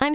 I'm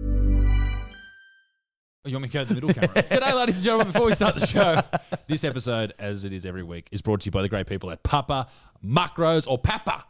Oh, You want me to go to the middle camera? G'day, ladies and gentlemen. Before we start the show, this episode, as it is every week, is brought to you by the great people at Papa Macros or Papa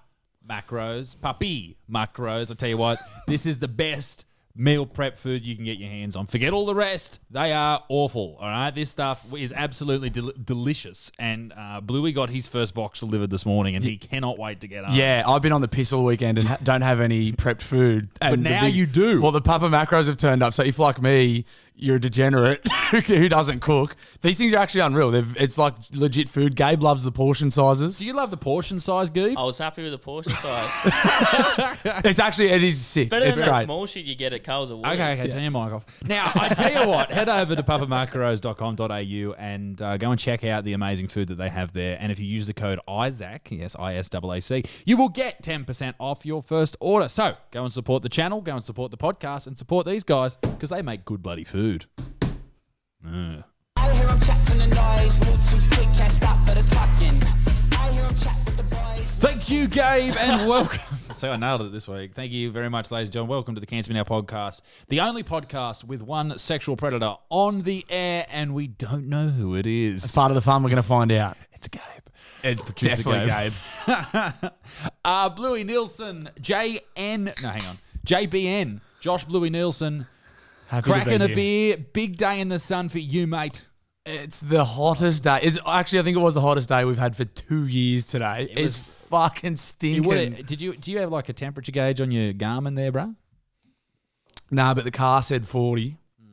Macros, Papi Macros. I tell you what, this is the best meal prep food you can get your hands on. Forget all the rest; they are awful. All right, this stuff is absolutely del- delicious. And uh, Bluey got his first box delivered this morning, and he cannot wait to get up. Yeah, I've been on the piss all weekend and ha- don't have any prepped food. And the now you do. Well, the Papa Macros have turned up. So if, like me, you're a degenerate who doesn't cook, these things are actually unreal. They've, it's like legit food. Gabe loves the portion sizes. Do you love the portion size, Goob? I was happy with the portion size. It's actually, it is sick. Better than it's that great. small shit you get at Carl's Awards. Okay, okay, turn your mic off. Now, I tell you what, head over to papamarcaros.com.au and uh, go and check out the amazing food that they have there. And if you use the code ISAAC, yes, I S A A C, you will get 10% off your first order. So go and support the channel, go and support the podcast, and support these guys because they make good bloody food. Mm. I hear him chat to the noise, move too quick, can't stop for the talking. I hear him chat with the boys. Thank you, Gabe, and welcome. so I nailed it this week. Thank you very much, ladies and gentlemen. Welcome to the Cancer Now podcast, the only podcast with one sexual predator on the air, and we don't know who it is. It's part of the fun. We're going to find out. It's Gabe. definitely Gabe. uh, Bluey Nielsen, JN. No, hang on. JBN, Josh Bluey Nielsen, Happy to be cracking a here. beer. Big day in the sun for you, mate. It's the hottest day. It's actually, I think it was the hottest day we've had for two years today. was- it's fucking You stinking. would, did you do you have like a temperature gauge on your Garmin there, bro? Nah, but the car said 40. Hmm.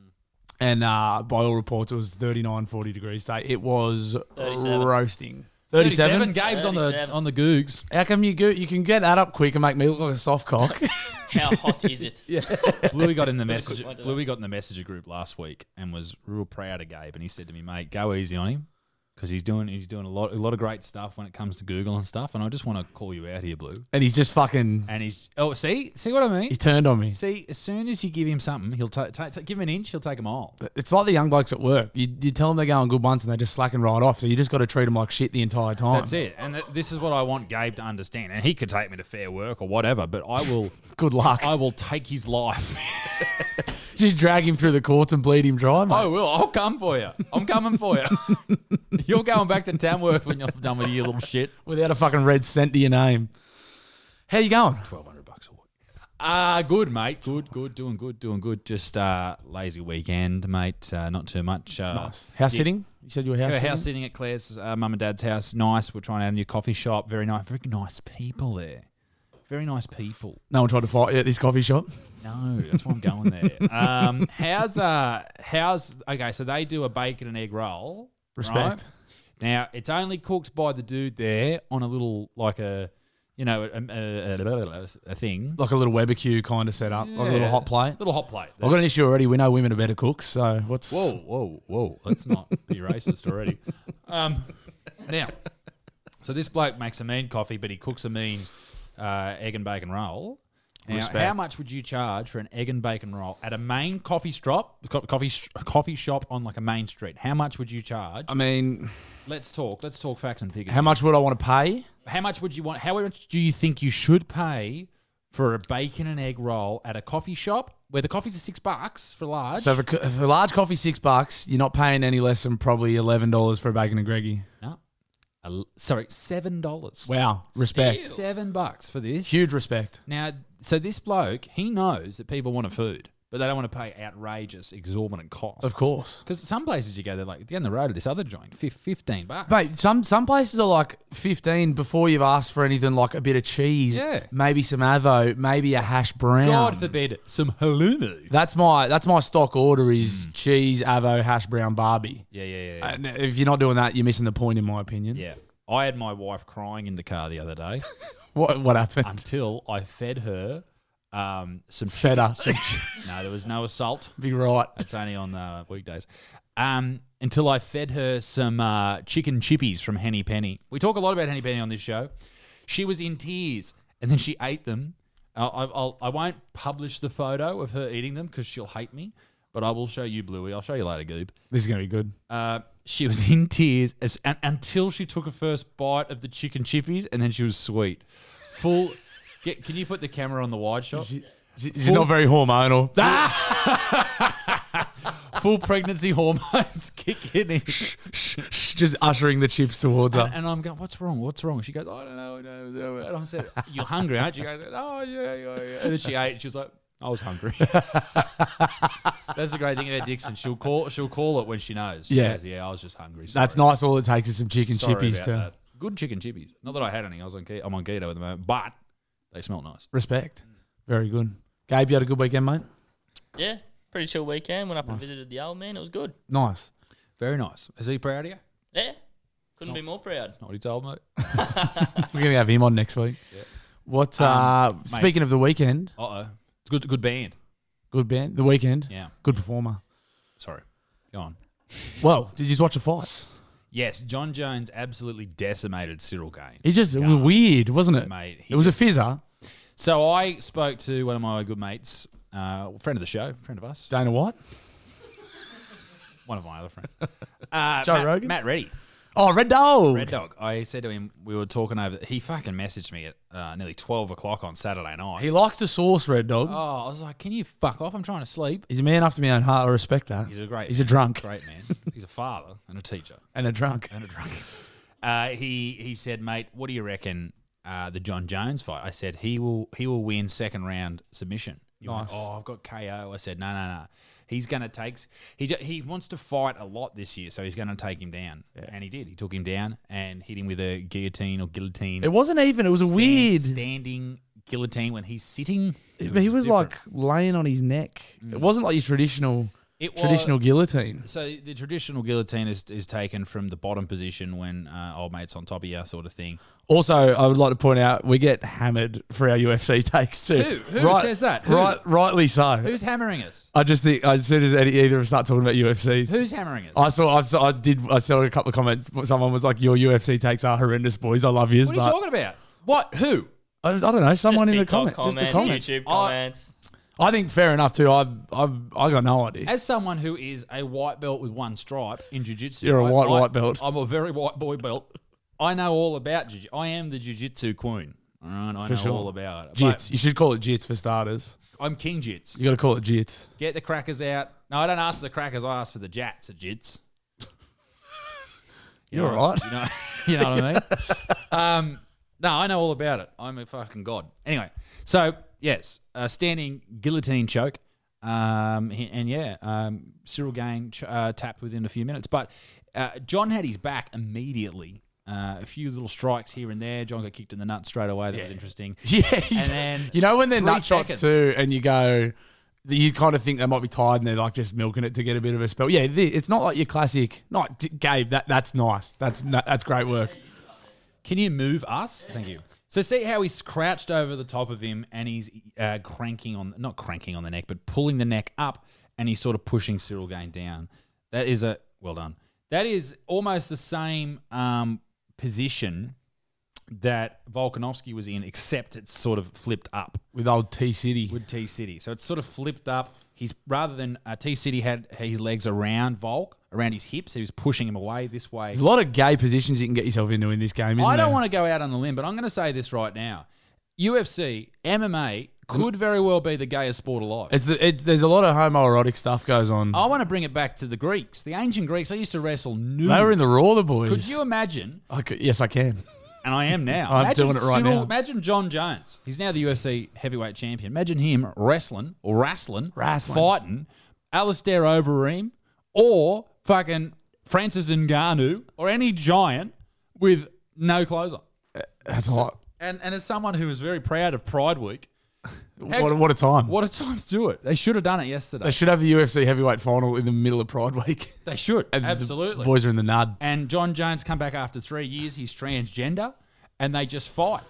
And uh, by all reports, it was 39, 40 degrees today. It was 37. roasting. 37? Gabe's on the 37. on the googs. How come you go, you can get that up quick and make me look like a soft cock? How hot is it? Bluey got in the message. quick one to Bluey got in the messenger group last week and was real proud of Gabe. And he said to me, "Mate, go easy on him because he's doing he's doing a lot a lot of great stuff when it comes to Google and stuff." And I just want to call you out here, Blue. and he's just fucking, And he's oh, see, see what I mean? he's turned on me. See, as soon as you give him something, he'll ta ta ta- give him an inch, he'll take a mile. It's like the young blokes at work. You, you tell them they're going good once and they just slacking right off. So you just got to treat them like shit the entire time. That's it. And th- this is what I want Gabe to understand. And he could take me to fair work or whatever, but I will, Good luck. I will take his life. just drag him through the courts and bleed him dry, mate. I will. Oh, I'll come for you. I'm coming for you. You're going back to Tamworth when you're done with your little shit. Without a fucking red cent to your name. How you going? Twelve hundred bucks a week. Ah, good mate. Good, good, doing good, doing good. Just uh, lazy weekend, mate. Uh, not too much. Uh, Nice. House yeah. sitting? You said you were house Our sitting? house sitting at Claire's uh, mum and dad's house. Nice. We're trying out a new coffee shop. Very nice. Very nice people there. Very nice people. No one tried to fight you at this coffee shop? No, that's why I'm going there. Um, how's uh, how's okay? So they do a bacon and egg roll. Respect. right? Now it's only cooked by the dude there on a little like a, you know, a, a, a, a thing, like a little barbecue kind of setup, like a Yeah. little hot plate. little hot plate. I've got an issue already. We know women are better cooks, so what's Whoa, whoa, whoa. Let's not be racist already. Um, now, so this bloke makes a mean coffee, but he cooks a mean uh, egg and bacon roll. Now, how Respect. much would you charge for an egg and bacon roll at a main coffee shop, co- coffee sh- coffee shop on like a main street? How much would you charge? I mean, let's talk. Let's talk facts and figures. Um, how much would I want to pay? How much would you want? How much do you think you should pay for a bacon and egg roll at a coffee shop where the coffees are six bucks for large? So for, co- for large coffee, six bucks. You're not paying any less than probably eleven dollars for a bacon and greggy. No. A l- sorry, seven dollars. Wow, respect, Seven bucks for this. huge respect. Now, so this bloke, he knows that people want a food, but they don't want to pay outrageous, exorbitant costs. Of course. Because some places you go, they're like, down the road to this other joint, fif- 15 bucks. Mate, some some places are like fifteen before you've asked for anything like a bit of cheese, Yeah. maybe some avo, maybe a hash brown. God forbid, some halloumi. That's my that's my stock order is cheese, avo, hash brown, barbie. Yeah, yeah, Mm. yeah. And if you're not doing that, you're missing the point, in my opinion. yeah. I had my wife crying in the car the other day What what happened? until I fed her um, some Feta. some ch- no, there was no assault. Be right. It's only on the weekdays. Um, until I fed her some uh, chicken chippies from Henny Penny. We talk a lot about Henny Penny on this show. She was in tears, and then she ate them. I'll, I'll, I'll, I won't publish the photo of her eating them because she'll hate me. But I will show you, Bluey. I'll show you later, Goob. This is gonna be good. Uh, she was in tears as, un until she took a first bite of the chicken chippies, and then she was sweet. Full. Get, can you put the camera on the wide shot? She- She's not very hormonal. Full pregnancy hormones kicking in. Just ushering the chips towards her. And, and I'm going, what's wrong? What's wrong? She goes, I don't know. I don't know. And I said, you're hungry, aren't you? She goes, oh, yeah, yeah, yeah. And then she ate. She was like, I was hungry. That's the great thing about Dixon. She'll call. She'll call it when she knows. She Yeah. goes, yeah. I was just hungry. Sorry. That's nice. All it takes is some chicken Sorry chippies about to that. Good chicken chippies. Not that I had any. I was on. ke- I'm on keto at the moment, but they smell nice. respect. Very good. Gabe, you had a good weekend, mate. Yeah, pretty chill weekend. Went up and visited the old man. It was good. Nice. Very nice. Is he proud of you? Yeah, couldn't be more proud. Not what he told me. We're gonna have him on next week. What? uh, mate. speaking of the weekend, Uh oh. It's a good. Good band. good band. The weekend. Yeah. Good performer. Sorry. Go on. Well, did you just watch the fights? Yes, John Jones absolutely decimated Cyril Gain. It just it was weird, wasn't it? Mate, he it was just- a fizzer. So I spoke to one of my good mates, uh, friend of the show, friend of us, Dana White. one of my other friends, uh, Joe Matt, Rogan? Matt Reddy, Oh, Red Dog. Red Dog. I said to him, we were talking over. He fucking messaged me at uh, nearly twelve o'clock on Saturday night. He likes to source Red Dog. oh, I was like, can you fuck off? I'm trying to sleep. He's a man after my own heart. I respect that. He's a great. He's man. a drunk Great man. He's a father and a teacher. and a drunk. and a drunk. Uh, he he said, "Mate, what do you reckon uh, the John Jones fight?" I said, "He will he will win second round submission." You went, Nice. oh, I've got KO. I said, "No, no, no. He's going to take. s- He ju- he wants to fight a lot this year, so he's going to take him down." And he did. He took him down and hit him with a guillotine or guillotine. It wasn't even. It was a weird. standing guillotine when he's sitting. It but he was different. Mm. like laying on his neck. It wasn't like your traditional It traditional guillotine. So the traditional guillotine is, is taken from the bottom position when uh, old mate's on top of you, sort of thing. Also, I would like to point out we get hammered for our UFC takes too. Who? Who says that? Who? Right, rightly so. Who's hammering us? I just think as soon as any, either of us start talking about UFCs, Who's hammering us? I saw I've, I did I saw a couple of comments. Someone was like, "Your UFC takes are horrendous, boys. I love yours." what are but you talking about? What? Who? I, was- I don't know. Someone in the TikTok comments, just the comments. Oh, YouTube I- comments. I think fair enough too. I I I got no idea. As someone who is a white belt with one stripe in jiu-jitsu. You're a I- white, I- white belt. I'm a very white boy belt. I know all about jiu I am the jiu-jitsu queen. All right, I know sure. all about it. Jits. But You should call it jits for starters. I'm king jits. You got to call it jits. Get the crackers out. No, I don't ask for the crackers. I ask for the jats at jits. You You're know all right. what- You know, you know what I mean? um, no, I know all about it. I'm a fucking god. Anyway, so yes, uh, standing guillotine choke. Um, he- and yeah, um, Cyril Gain ch- uh, tapped within a few minutes. But uh, John had his back immediately. Uh, a few little strikes here and there. John got kicked in the nuts straight away. That was interesting. Yeah. And then you know when they're three nut shots seconds. too, and you go, you kind of think they might be tired, and they're like just milking it to get a bit of a spell. Yeah, thi- it's not like your classic. Not D- Gabe. That that's nice. That's na- that's great work. Can you move us? Thank you. So see how he's crouched over the top of him and he's uh, cranking on, not cranking on the neck, but pulling the neck up and he's sort of pushing Cyril Gain down. That is a, well done. That is almost the same um, position that Volkanovski was in, except it's sort of flipped up With old T City, with T City. So it's sort of flipped up. He's rather than uh, T City had his legs around Volk, around his hips. He was pushing him away this way. there's a lot of gay positions you can get yourself into in this game. Isn't I don't there? want to go out on a limb, but I'm going to say this right now: UFC, MMA could very well be the gayest sport alive. It's the, it's, there's a lot of homoerotic stuff goes on. I want to bring it back to the Greeks, the ancient Greeks. I used to wrestle nude. they were in the raw, the boys. could you imagine? I could, yes, I can. And I am now. I'm imagine doing it right now. Imagine John Jones. He's now the UFC heavyweight champion. Imagine him wrestling or wrestling, Wrestling. fighting Alistair Overeem or fucking Francis Ngannou or any giant with no clothes on. That's hot. And and as someone who is very proud of Pride Week, What, what a time. What a time to do it. They should have done it yesterday. They should have the UFC heavyweight final in the middle of Pride Week. They should. And the Absolutely. boys are in the nud. and John Jones come back after three years. He's transgender, and they just fight.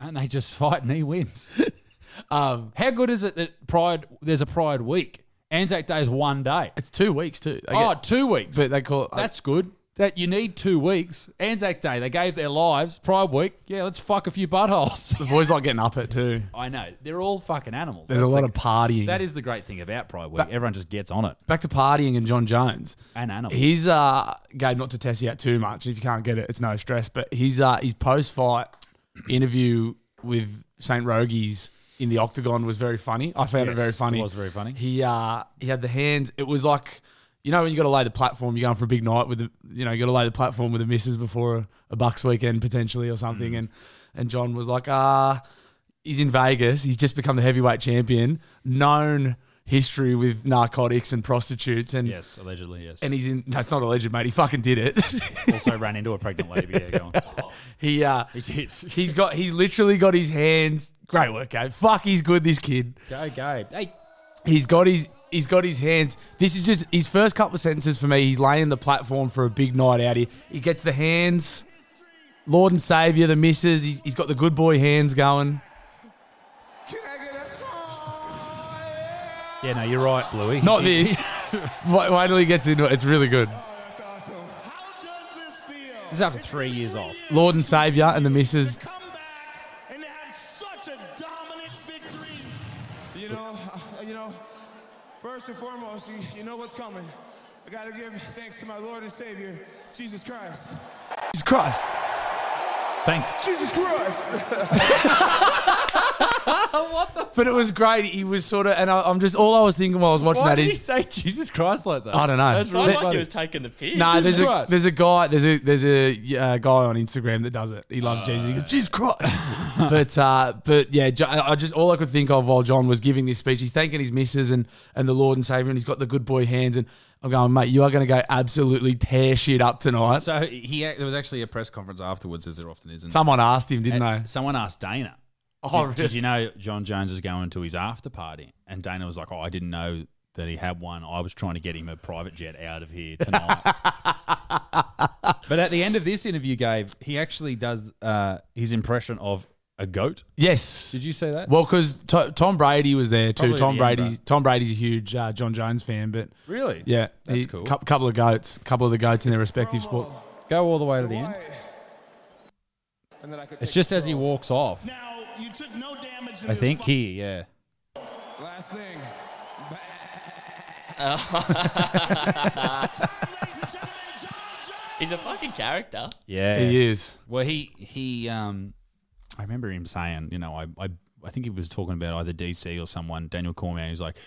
And they just fight, and he wins. Um, How good is it that Pride? There's a Pride week. Anzac Day is one day. it's two weeks too. They Oh, get- two weeks. but they call it. That's good. That you need two weeks. Anzac Day, they gave their lives. Pride Week, yeah, let's fuck a few buttholes. the boys like getting up at too. I know they're all fucking animals. There's a That's lot the- of partying. That is the great thing about Pride Week. But- Everyone just gets on it. back to partying and John Jones. And animals. His uh Gabe, not to test you out too much. If you can't get it, it's no stress. But his uh his post fight interview with Saint Rogies in the octagon was very funny. I found Yes, it very funny. it was very funny. He uh he had the hands. It was like you know when you got to lay the platform. You're going for a big night with the you know you got to lay the platform with the missus before a, a Bucks weekend potentially or Mm. something. And and John was like ah. He's in Vegas. He's just become the heavyweight champion. Known history with narcotics and prostitutes, and Yes, allegedly, yes. and he's in. That's not alleged, mate. He fucking did it. also ran into a pregnant lady. Yeah, go on. he uh, He did. he's got. He's literally got his hands. Great work, Gabe. Fuck, he's good. This kid. Go, Gabe. Hey, He's got his. He's got his hands. This is just his first couple of sentences for me. He's laying the platform for a big night out here. He gets the hands. Lord and Savior, the missus. He's, he's got the good boy hands going. yeah, no, you're right, Bluey. Not this. wait, wait till he gets into it. It's really good. This is after three years off. Lord and Savior and the missus. and they have such a dominant victory. You know, uh, you know. First and foremost, you, you know what's coming. I gotta give thanks to my Lord and Savior, Jesus Christ. Jesus Christ. Thanks. Jesus Christ! But it was great. He was sort of, and I, I'm just all I was thinking while I was watching Why that did he is, say Jesus Christ like that? I don't know. That's That's I really like Let- he was taking the piss. no, Jesus there's a Christ. there's a guy there's a there's a uh, guy on Instagram that does it. He Uh. loves Jesus. He goes, Jesus Christ. but uh, but yeah, Jo- I I just all I could think of while John was giving this speech, he's thanking his missus and and the Lord and Savior, and he's got the good boy hands. And I'm going, mate, you are going to go absolutely tear shit up tonight. So he there was actually a press conference afterwards, as there often is. And Someone asked him, didn't they? Someone asked Dana. Oh, did, did you know John Jones is going to his after party? And Dana was like, "Oh, I didn't know that he had one. I was trying to get him a private jet out of here tonight." but at the end of this interview, Gabe, he actually does uh, his impression of a goat. Yes. Did you say that? Well, because Tom Brady was there too. Probably Tom the end, Brady. Tom Brady's a huge uh, John Jones fan, but really? yeah, that's he- cool. cou- couple of goats, couple of the goats in their respective sports. Go all the way to the end. And then I could It's take just as he control. walks off. Now you took no damage. in I this think fight. here, yeah. Last thing. He's a fucking character. Yeah. He is. Well, he he um, I remember him saying, you know, I I, I think he was talking about either DC or someone, Daniel Cormier. He was like,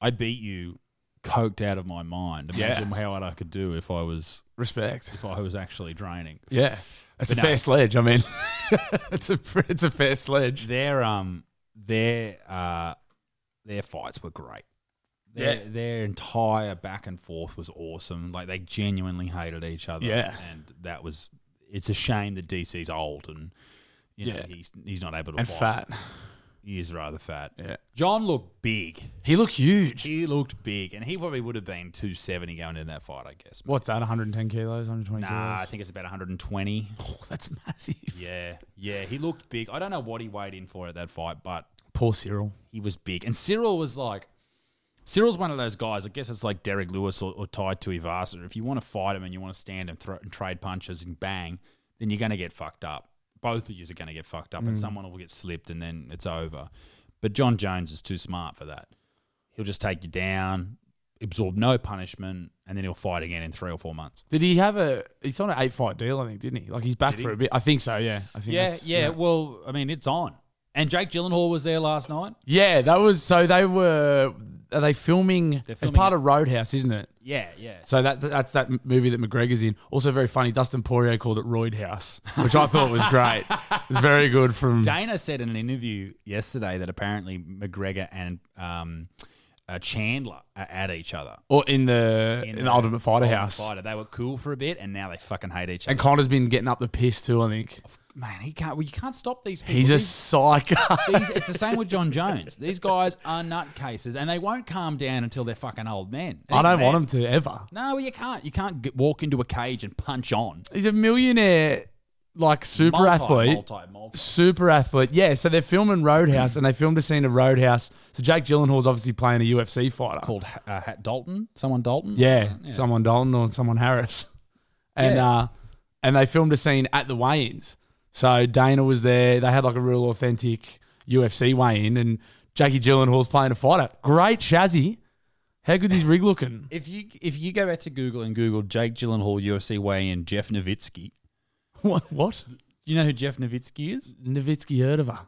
I beat you, coked out of my mind. Imagine how hard I could do if I was Respect. if I was actually draining. Yeah, it's a no. fair sledge. I mean, it's a it's a fair sledge. Their um their uh their fights were great. Their, Yeah. their entire back and forth was awesome. Like they genuinely hated each other. Yeah. and that was. It's a shame that DC's old and you know Yeah. he's he's not able to And fight. fat. He is rather fat. Yeah. John looked big. He looked huge. He looked big, and he probably would have been 270 going into that fight, I guess. What's that? 110 kilos, 120 Nah, I kilos. think it's about 120. Oh, that's massive. Yeah, yeah, he looked big. I don't know what he weighed in for at that fight, but Poor Cyril. he was big. And Cyril was like, Cyril's one of those guys. I guess it's like Derek Lewis or, or tied to Ivasa. If you want to fight him and you want to stand and, throw, and trade punches and bang, then you're going to get fucked up. Both of you are going to get fucked up, and someone will get slipped, and then it's over. But John Jones is too smart for that. He'll just take you down, absorb no punishment, and then he'll fight again in three or four months. Did he have a? He's on an eight fight deal, I think, didn't he? Like he's back Did for he? a bit. I think so. Yeah, I think. Yeah, that's- yeah, Well, I mean, it's on. And Jake Gyllenhaal was there last night. Yeah, that was so they were. Are they filming? They're it's filming part it. of Roadhouse, isn't it? Yeah, yeah. So that that's that m- movie that McGregor's in. Also very funny. Dustin Poirier called it Roid House, which I thought was great. It's very good from. Dana said in an interview yesterday that apparently McGregor and um, uh, Chandler are at each other or in the in, the Ultimate Fighter Ultimate House. Fighter. They were cool for a bit, and now they fucking hate each other. And Connor's been getting up the piss too. I think Man, he can't. Well, you can't stop these people. he's a These- psycho. these- it's the same with John Jones. These guys are nutcases, and they won't calm down until they're fucking old men. I don't Even want then- him to ever. No, well, you can't. You can't get, walk into a cage and punch on. He's a millionaire like super Multi, athlete. multi, multi. Super athlete. Yeah, so they're filming Roadhouse and they filmed a scene of Roadhouse. So Jake Gyllenhaal's obviously playing a UFC fighter. called uh, Ha- Dalton. Someone Dalton. Yeah, someone Dalton or someone Harris. And Yeah. uh and they filmed a scene at the weigh-ins. So Dana was there. They had like a real authentic UFC weigh-in and Jackie Gyllenhaal's playing a fighter. Great chassis. How good's his rig looking? If you if you go back to Google and Google Jake Gyllenhaal UFC weigh in Jeff Nowitzki, what? What? you know who Jeff Nowitzki is? Nowitzki heard of her.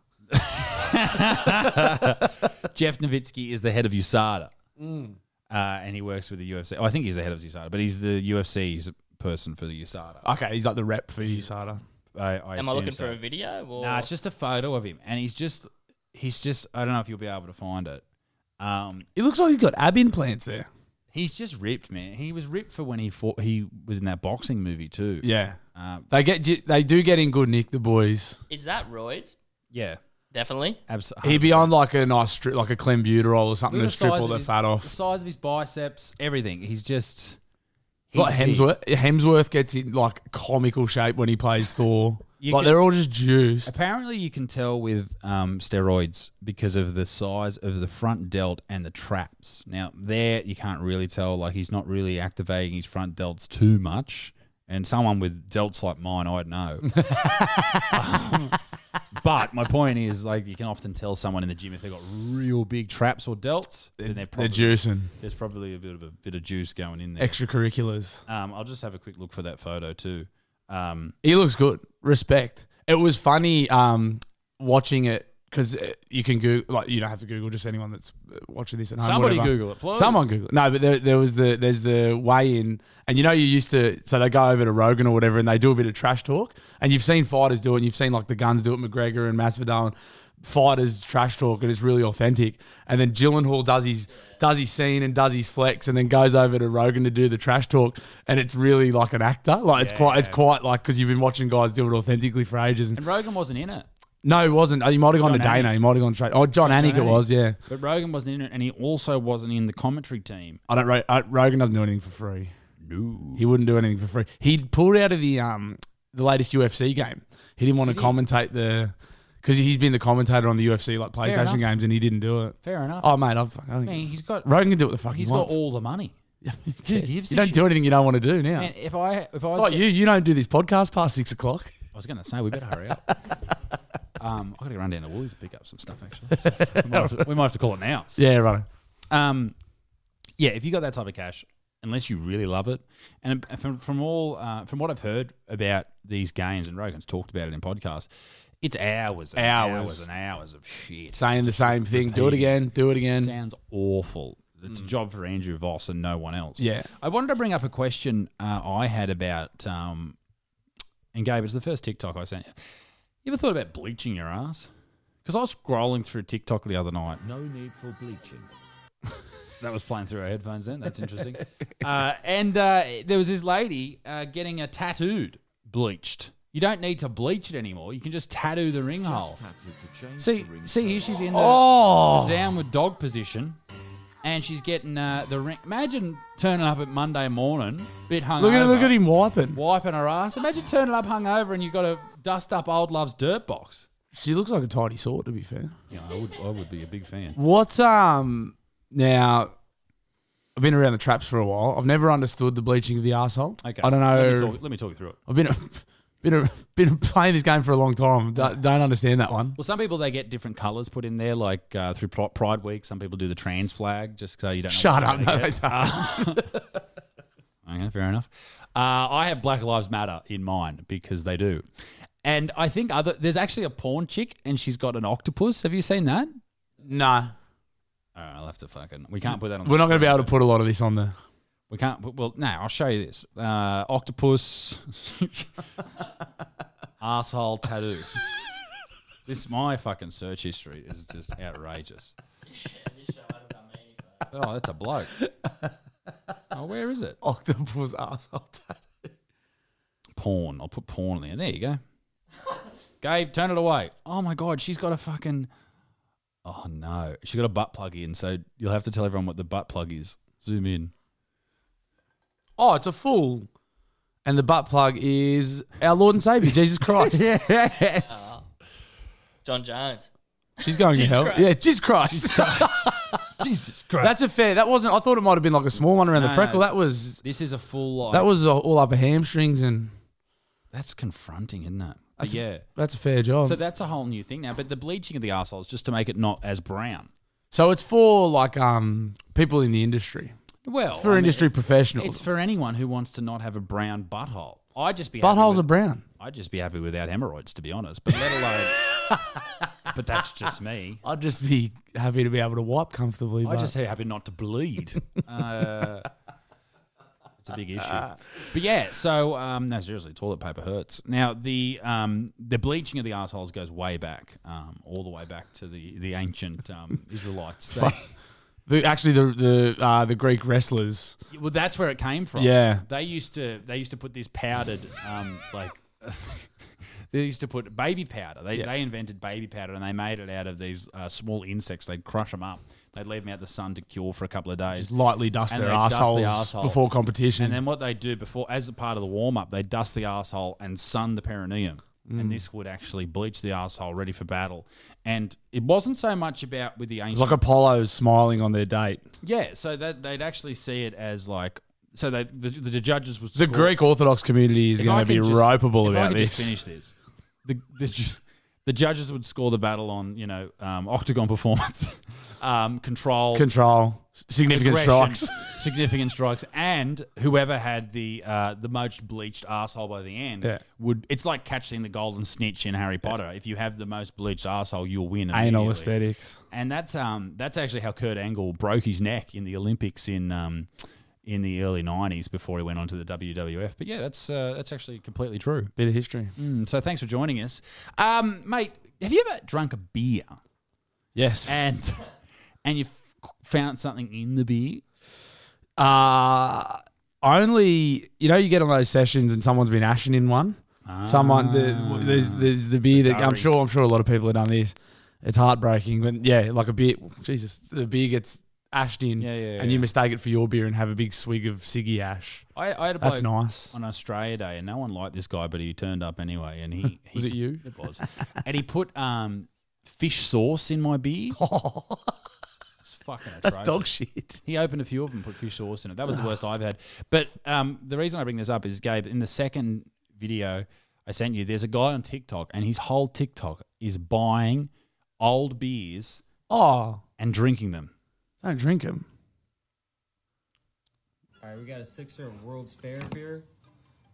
Jeff Nowitzki is the head of USADA, Mm. uh, and he works with the UFC. Oh, I think he's the head of USADA, but he's the UFC's person for the USADA. Okay, he's like the rep for USADA. I, I Am I looking so. for a video? Or? Nah, it's just a photo of him, and he's just he's just I don't know if you'll be able to find it. Um, It looks like he's got ab implants there. he's just ripped, man. He was ripped for when he fought, he was in that boxing movie too. Yeah. Uh, They get they do get in good nick, the boys. Is that roids? yeah, Definitely. absolutely. He'd be on like a nice strip, like a clenbuterol or something Look at to strip size all of the his- fat The off. size of his biceps, everything. He's just. It's like he's big. Hemsworth. Hemsworth gets in like comical shape when he plays Thor. You like can- they're all just juiced. Apparently, you can tell with um, steroids because of the size of the front delt and the traps. Now, there you can't really tell. Like he's not really activating his front delts too much. And someone with delts like mine, I'd know. but my point is, like, you can often tell someone in the gym if they've got real big traps or delts, then they're They're probably juicing. there's probably a bit of a bit of juice going in there. Extracurriculars. Um, I'll just have a quick look for that photo too. Um, He looks good. Respect. It was funny um, watching it because you can Google, like you don't have to Google. Just anyone that's uh, watching this at home. Somebody whatever. Google it, please. Someone Google. It. No, but there, there was the there's the weigh in, and you know you used to. So they go over to Rogan or whatever, and they do a bit of trash talk. And you've seen fighters do it. and You've seen like the guns do it, McGregor and Masvidal. And fighters trash talk, and it's really authentic. And then Gyllenhaal does his does his scene and does his flex, and then goes over to Rogan to do the trash talk, and it's really like an actor. Like it's quite it's quite like because you've been watching guys do it authentically for ages. And and Rogan wasn't in it. no, he wasn't. Oh, He might have gone John to Dana. Anik. He might have gone straight. Oh, John, Anik it Anik. was. Yeah, But Rogan wasn't in it, and he also wasn't in the commentary team. I don't. Ro- I, Rogan doesn't do anything for free. No. He wouldn't do anything for free. He pulled out of the um the latest UFC game. He didn't want to commentate the because he's been the commentator on the UFC enough. like PlayStation games, and he didn't do it. Fair enough. Oh mate, I've, I don't Man, he's got Rogan can do what the fuck he's he got wants. all the money. Who gives a you don't shit? do anything you don't want to do now. Man, if I if I was, it's like you. You don't do this podcast past six o'clock. I was gonna say we better hurry up. um, I gotta run down to Woolies pick up some stuff actually. So we, might have to, we might have to call it now. Yeah, right. Um, yeah, if you got that type of cash, unless you really love it, and from, from all uh, from what I've heard about these games, and Rogan's talked about it in podcasts, it's hours, and Hours. hours, and hours of shit. Saying the same thing. Do it again. Do it again. sounds awful. It's a job for Andrew Voss and no one else. Yeah. I wanted to bring up a question uh, I had about, um, and Gabe, it's the first TikTok I sent you. You ever thought about bleaching your ass? Because I was scrolling through TikTok the other night. No need for bleaching. that was playing through our headphones then. That's interesting. uh, and uh, there was this lady uh, getting a tattooed bleached. You don't need to bleach it anymore. You can just tattoo the ring hole. See, see here she's in the, the downward dog position, and she's getting uh, the ring. Imagine turning up at Monday morning, bit hungover. Look at look at him wiping. wiping her ass. Imagine turning up hungover and you got to dust up old love's dirt box. She looks like a tidy sort, to be fair. Yeah, I would, I would be a big fan. What's um now? I've been around the traps for a while. I've never understood the bleaching of the asshole. Okay, I don't know. Let me talk, let me talk you through it. I've been been been playing this game for a long time. Don't, don't understand that one. Well, some people they get different colours put in there, like uh, through Pri- Pride Week. Some people do the trans flag, just so you don't. know Shut what up. you're No, gonna they get. don't. Okay, fair enough. Uh, I have Black Lives Matter in mind because they do, and I think other there's actually a porn chick and she's got an octopus. Have you seen that? nah, Uh, All right, I'll have to fucking. We can't put that on. we're the not going to be screen. able to put a lot of this on there. We can't. put- Well, no, I'll show you this. Uh, octopus, asshole tattoo. this my fucking search history is just outrageous. Oh, that's a bloke. Oh, where is it? Octopus asshole. porn. I'll put porn in there. There you go. Gabe, turn it away. Oh my god, she's got a fucking. Oh no, she got a butt plug in. So you'll have to tell everyone what the butt plug is. Zoom in. Oh, it's a full. And the butt plug is our Lord and Savior, Jesus Christ. yes. John Jones. She's going to Jesus hell. Christ. Yeah, Jesus Christ. Jesus Christ. That's a fair. That wasn't. I thought it might have been like a small one around the No, freckle. no. That was. this is a full like That was all up her hamstrings, and That's confronting, isn't it? but yeah. that's a fair job. So So, that's a whole new thing now. But the bleaching of the arsehole is just to make it not as brown. it's for like um people in the industry, Well, for I mean, industry it's professionals. for anyone who wants to not have a brown butthole. I just be happy Buttholes with- are brown. I'd just be happy without hemorrhoids, to be honest. But let alone. but that's just me. I'd just be happy to be able to wipe comfortably. I but- just happy not to bleed. Uh, it's a big issue. But yeah, so um, no, seriously, toilet paper hurts. Now the um, the bleaching of the assholes goes way back, um, all the way back to the the ancient um, Israelites. They, the, actually the the uh, the Greek wrestlers. well, that's where it came from. Yeah. they used to they used to put this powdered um, like. They used to put baby powder. They, they invented baby powder and they made it out of these uh, small insects. They'd crush them up. They'd leave them out the sun to cure for a couple of days. Just lightly dust And their they dust the assholes arsehole. before competition. And then what they do before, as a part of the warm up, they dust the asshole and sun the perineum. Mm. And this would actually bleach the asshole ready for battle. And it wasn't so much about with the it's ancient. like Apollo smiling on their date. yeah, so that they'd actually see it as like. So they, the, the judges was The Greek Orthodox community is If going I to be could just- ropeable if I about could this. Just finish this. The, the, ju- the judges would score the battle on you know um, octagon performance, um, control, Control, significant aggression, strikes. significant strikes, and whoever had the uh, the most bleached asshole by the end Yeah. would. It's like catching the golden snitch in Harry Potter. If you have the most bleached asshole, you'll win. Anal immediately. aesthetics. And that's um that's actually how Kurt Angle broke his neck in the Olympics in um in the early '90s before he went on to the WWF. But yeah, that's uh, that's actually completely true. Bit of history. Mm, so thanks for joining us, um, mate. Have you ever drunk a beer Yes. and and you f- found something in the beer? Uh only you know you get on those sessions and someone's been ashing in one. Someone the, Ah. there's there's the beer that I'm Durry. sure I'm sure a lot of people have done this. It's heartbreaking, but yeah, like a beer. Jesus, the beer gets ashed in, Yeah, yeah, and yeah. you mistake it for your beer and have a big swig of ciggy ash. I, I had a That's bloke nice. on Australia Day, and no one liked this guy, but he turned up anyway. And he, Was he- it you? It was, and he put um, fish sauce in my beer. it's fucking atrocious. That's dog shit. He opened a few of them, put fish sauce in it. That was the worst I've had. But um, the reason I bring this up is, Gabe, in the second video I sent you, there's a guy on TikTok, and his whole TikTok is buying old beers Oh, and drinking them. don't drink them. All right, we got a sixer of World's Fair beer,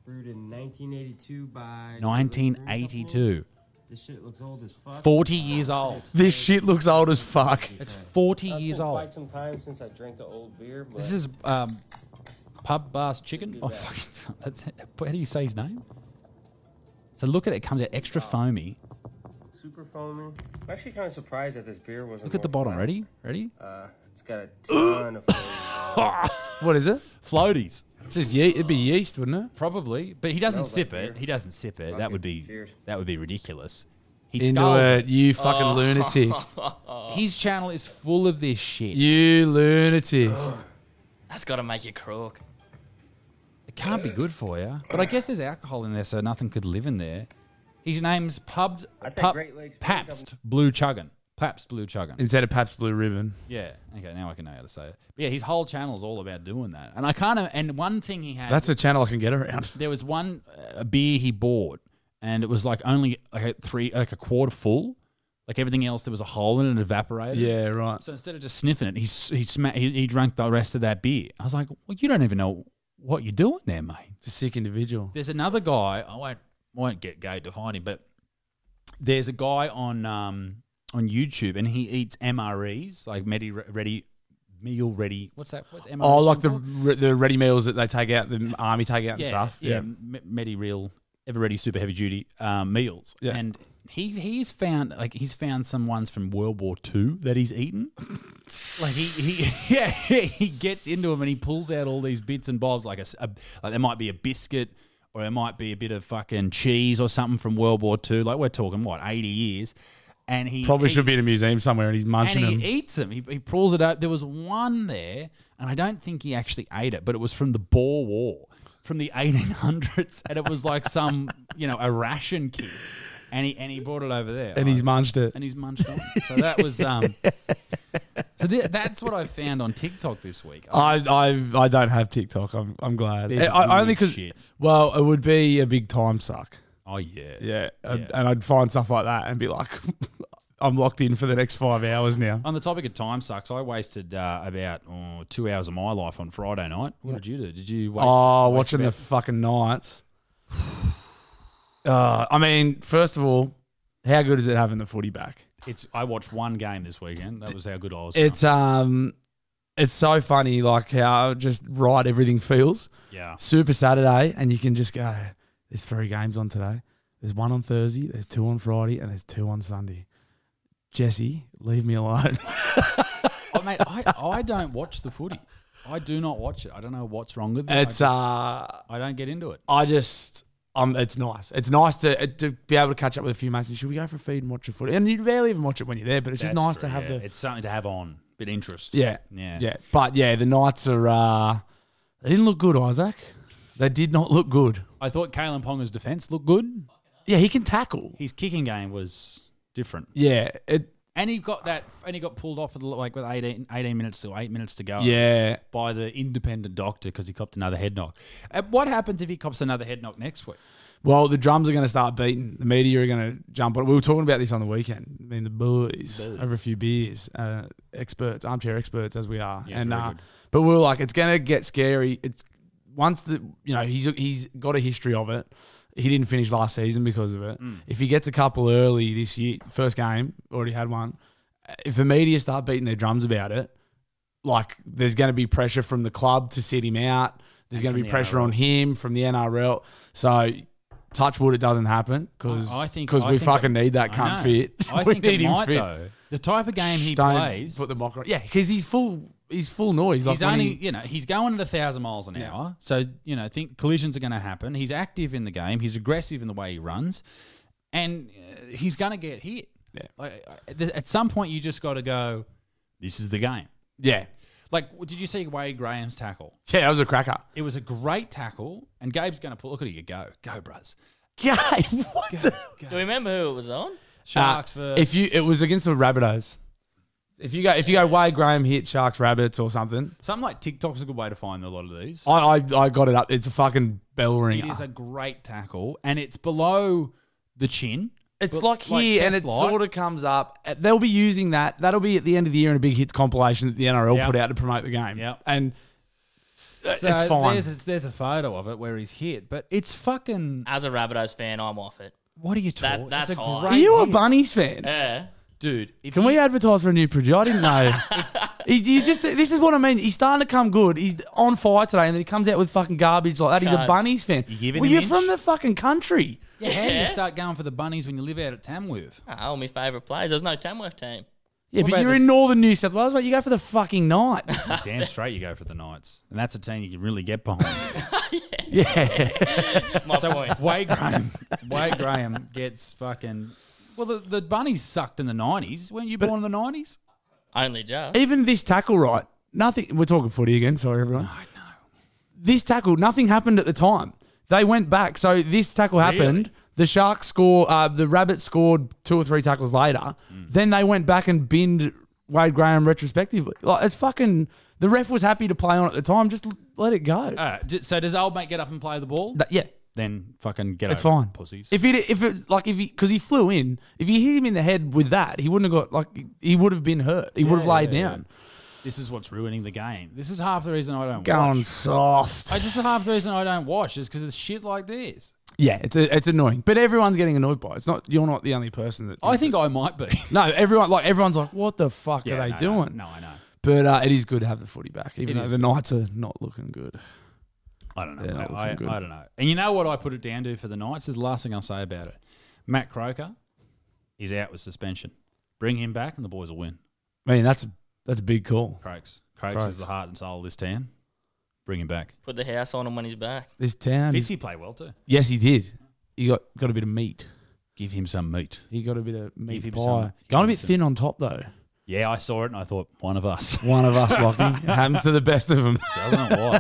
brewed in 1982 by 1982, This shit looks old as fuck. 40 years old. This shit looks old as fuck. It's 40 It's years been old. Quite some time since I drank an old beer, but This is um, Pub Bars Chicken. Oh, fuck. That's, how do you say his name? So look at it. It comes out extra foamy. super foamy. I'm actually kind of surprised that this beer wasn't. Look at the more bottom. flat. Ready? Ready? Uh, it's got a ton of foam. What is it? Floaties. It's just ye- it'd be yeast, wouldn't it? Probably, but he doesn't Smells like sip it. beer. He doesn't sip it. That would be Cheers. that would be ridiculous. He Into skulls it, it. you fucking lunatic. His channel is full of this shit. You lunatic. That's got to make you croak. It can't be good for you. But I guess there's alcohol in there, so nothing could live in there. His name's Pubs I'd say Pub, Great Lakes Brewing Pabst Blue Chuggin. Pabst Blue Chuggin. Instead of Pabst Blue Ribbon. Yeah. Okay. Now I can know how to say it. But yeah, his whole channel is all about doing that. And I kind of and one thing he had. That's a channel I can get around. there was one uh, beer he bought, and it was like only like a three, like a quarter full. Like everything else, there was a hole in it, it evaporated. Yeah, right. So instead of just sniffing it, he s- he, sma- he he drank the rest of that beer. I was like, well, you don't even know what you're doing there, mate. It's a sick individual. There's another guy. I won't won't get go to find him, but there's a guy on um on YouTube, and he eats MREs like medi ready meal ready. What's that? What's MREs? Oh, like the called? re- the ready meals that they take out, the army take out and yeah, stuff. Yeah, yeah. Medi Real, Ever Ready Super Heavy Duty um, meals. Yeah. And he he's found like he's found some ones from World War II that he's eaten. like he, he yeah he gets into them and he pulls out all these bits and bobs like a, s- a- like there might be a biscuit. Or it might be a bit of fucking cheese or something from World War II. Like we're talking what eighty years, and he Probably he- should be in a museum somewhere and he's munching and he them. eats them. He, he pulls it out. There was one there, and I don't think he actually ate it, but it was from the Boer War. from the 1800s, and it was like some you know a ration kit, and he and he brought it over there, and I- he's munched it. and he's munched on. it. So that was um. So th- that's what I found on TikTok this week. Oh, I, I I don't have TikTok. I'm I'm glad. There's I, I only weird because shit. well, it would be a big time suck. Oh yeah, Yeah, and- and I'd find stuff like that and be like, I'm locked in for the next five hours now. On the topic of time sucks, I wasted uh, about oh, two hours of my life on Friday night. What did you do? Did you waste? Oh, waste watching the about- fucking Knights. Uh, I mean, first of all, how good is it having the footy back? It's. I watched one game this weekend. That was how good I was. It's um, it's so funny, like how just right everything feels. yeah. Super Saturday, and you can just go. There's three games on today. There's one on Thursday. There's two on Friday, and there's two on Sunday. Jesse, leave me alone. Oh, mate, I, I don't watch the footy. I do not watch it. I don't know what's wrong with me. I it's just- uh, I don't get into it. I just um, it's nice. It's nice to to be able to catch up with a few mates. And should we go for a feed and watch a footy? And you rarely even watch it when you're there, but it's just That's nice true, to have yeah. the It's something to have on. Bit interest. yeah, Yeah. yeah. But yeah, the Knights are. Uh, they didn't look good, Isaac. They did not look good. I thought Kalen Ponga's defense looked good. Yeah, he can tackle. His kicking game was different. Yeah, it. And he got that, and he got pulled off with like with 18, 18 minutes to eight minutes to go. Yeah, by the independent doctor because he copped another head knock. Uh, what happens if he cops another head knock next week? Well, the drums are going to start beating. The media are going to jump on. it. We were talking about this on the weekend. I mean, the boys over a few beers, uh, experts, armchair experts as we are, Yeah, and very uh, good. but we were like, it's going to get scary. It's once the you know he's he's got a history of it. He didn't finish last season because of it. Hmm. If he gets a couple early this year, first game already had one. If the media start beating their drums about it, like there's going to be pressure from the club to sit him out. There's going to from be the pressure NRL. on him from the NRL. So touch wood, it doesn't happen because I- I think- because I we think fucking it- need that I cunt know. fit. I we think need it him might fit. though. The type of game he Don't plays, Put the mock on. Yeah, because he's full. He's full noise. he's like when only he- you know he's going at a thousand miles an hour. So you know, think collisions are going to happen. He's active in the game. He's aggressive in the way he runs, and uh, he's going to get hit. Yeah. Like, uh, th- at some point, you just got to go. This is the game. yeah, Like, w- did you see Wade Graham's tackle? yeah. That was a cracker. It was a great tackle, and Gabe's going to pull. Look at you go, go, bros. Gabe, what the? Do you remember who it was on? Sharks Uh, versus if you, it was against the Rabbitohs. If you go, if you go, Wade Graham hit Sharks Rabbits or something. Something like TikTok's a good way to find a lot of these. I, I, I got it up. It's a fucking bell ringer. It is a great tackle, and it's below the chin. It's But, like like, here, and it test light. sort of comes up. Uh, They'll be using that. That'll be at the end of the year in a big hits compilation that the NRL Yeah. put out to promote the game. Yeah. and uh, So it's fine. There's, there's a photo of it where he's hit, but it's fucking. As a Rabbitohs fan, I'm off it. What are you That- talking? that's it's a high. great Are you a hit. Bunnies fan? Yeah. dude? If Can you- we advertise for a new project? I didn't know. he, you just this is what I mean. He's starting to come good. He's on fire today, and then he comes out with fucking garbage like that. He's a Cunt. Bunnies fan. You giving well, him you're inch? from the fucking country. Yeah, how do you Yeah. start going for the bunnies when you live out at Tamworth? Ah, all my favourite players. There's no Tamworth team. What Yeah, but about you're the- in northern New South Wales, mate. You go for the fucking Knights. Damn straight, you go for the Knights, and that's a team you can really get behind. yeah. My point. Wade Graham, Wade Graham gets fucking. Well, the, the bunnies sucked in the nineties. Weren't you born in the nineties? Only just. even this tackle right, nothing. We're talking footy again. Sorry, everyone. I know. This tackle, nothing happened at the time. They went back. So this tackle happened. The Sharks score. Uh, the Rabbits scored two or three tackles later. Mm. Then they went back and binned Wade Graham retrospectively. Like it's fucking. The ref was happy to play on at the time. Just l- let it go. Uh, d- so does old mate get up and play the ball? That- yeah. then fucking get It's over it, fine, pussies. If he, if it, like, if he, because he flew in, if you hit him in the head with that, he wouldn't have got like, he would have been hurt. He would have laid yeah, down. this is what's ruining the game. This is half the reason I don't Going watch. soft. I, this is half the reason I don't watch is because it's shit like this. Yeah, it's a, it's annoying, but everyone's getting annoyed by it. It's not you're not the only person that. I think I it's- might be. No, everyone like everyone's like, what the fuck are they no, doing? No, no, I know. But uh, it is good to have the footy back, even It though is the Knights are not looking good. I don't know. They're mate. not looking I, good. I don't know. And you know what I put it down to for the Knights is the last thing I'll say about it. Matt Croker is out with suspension. Bring him back and the boys will win. Man, that's that's a big call. Crokes. Crokes, Crokes. is the heart and soul of this town. Bring him back. Put the house on him when he's back. This town, is- Fitzy play well too. yes, he did. He got got a bit of meat. Give him some meat. He got a bit of meat him pie. some- give Going a him bit some- thin on top though. Yeah, I saw it and I thought, one of us. One of us, Lockie. happens to the best of them. I don't know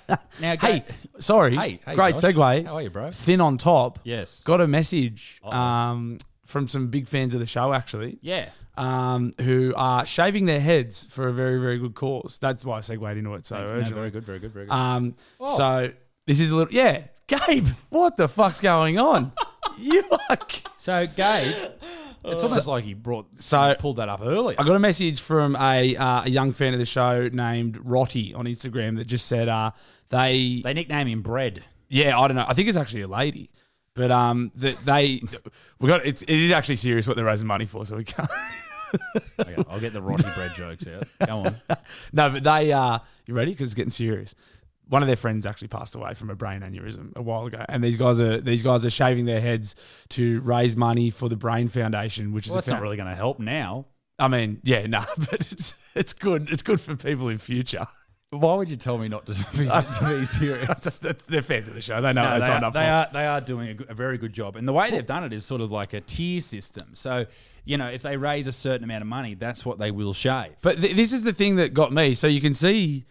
why. now, go- Hey, sorry. Hey, hey, great Josh. segue. How are you, bro? Thin on top. Yes. Got a message um, from some big fans of the show, actually. Yeah. Um, who are shaving their heads for a very, very good cause. That's why I segued into it so No, urgently. very good, Oh. very good, very good. Um, So this is a little, yeah. Gabe, what the fuck's going on? Yuck. so, Gabe, it's almost like he brought, So- so pulled that up earlier. I got a message from a, uh, a young fan of the show named Rotty on Instagram that just said uh, they they nickname him Bread. Yeah, I don't know. I think it's actually a lady, but um, the, they we got it's, it is actually serious what they're raising money for, so we can't. Okay, I'll get the Roddy Bread jokes out. Go on. no, but they uh, you ready? Because it's getting serious. One of their friends actually passed away from a brain aneurysm a while ago, and these guys are these guys are shaving their heads to raise money for the Brain Foundation, which Well, that's is a not found- really going to help now. I mean, yeah, no, but it's it's good. It's good for people in future. Why would you tell me not to be, to be serious? That's, that's, they're fans of the show. They know No, what they, they signed are, up they for. are they are doing a, g- a very good job, and the way they've done it is sort of like a tier system. So you know, if they raise a certain amount of money, that's what they will shave. But th- this is the thing that got me. So you can see,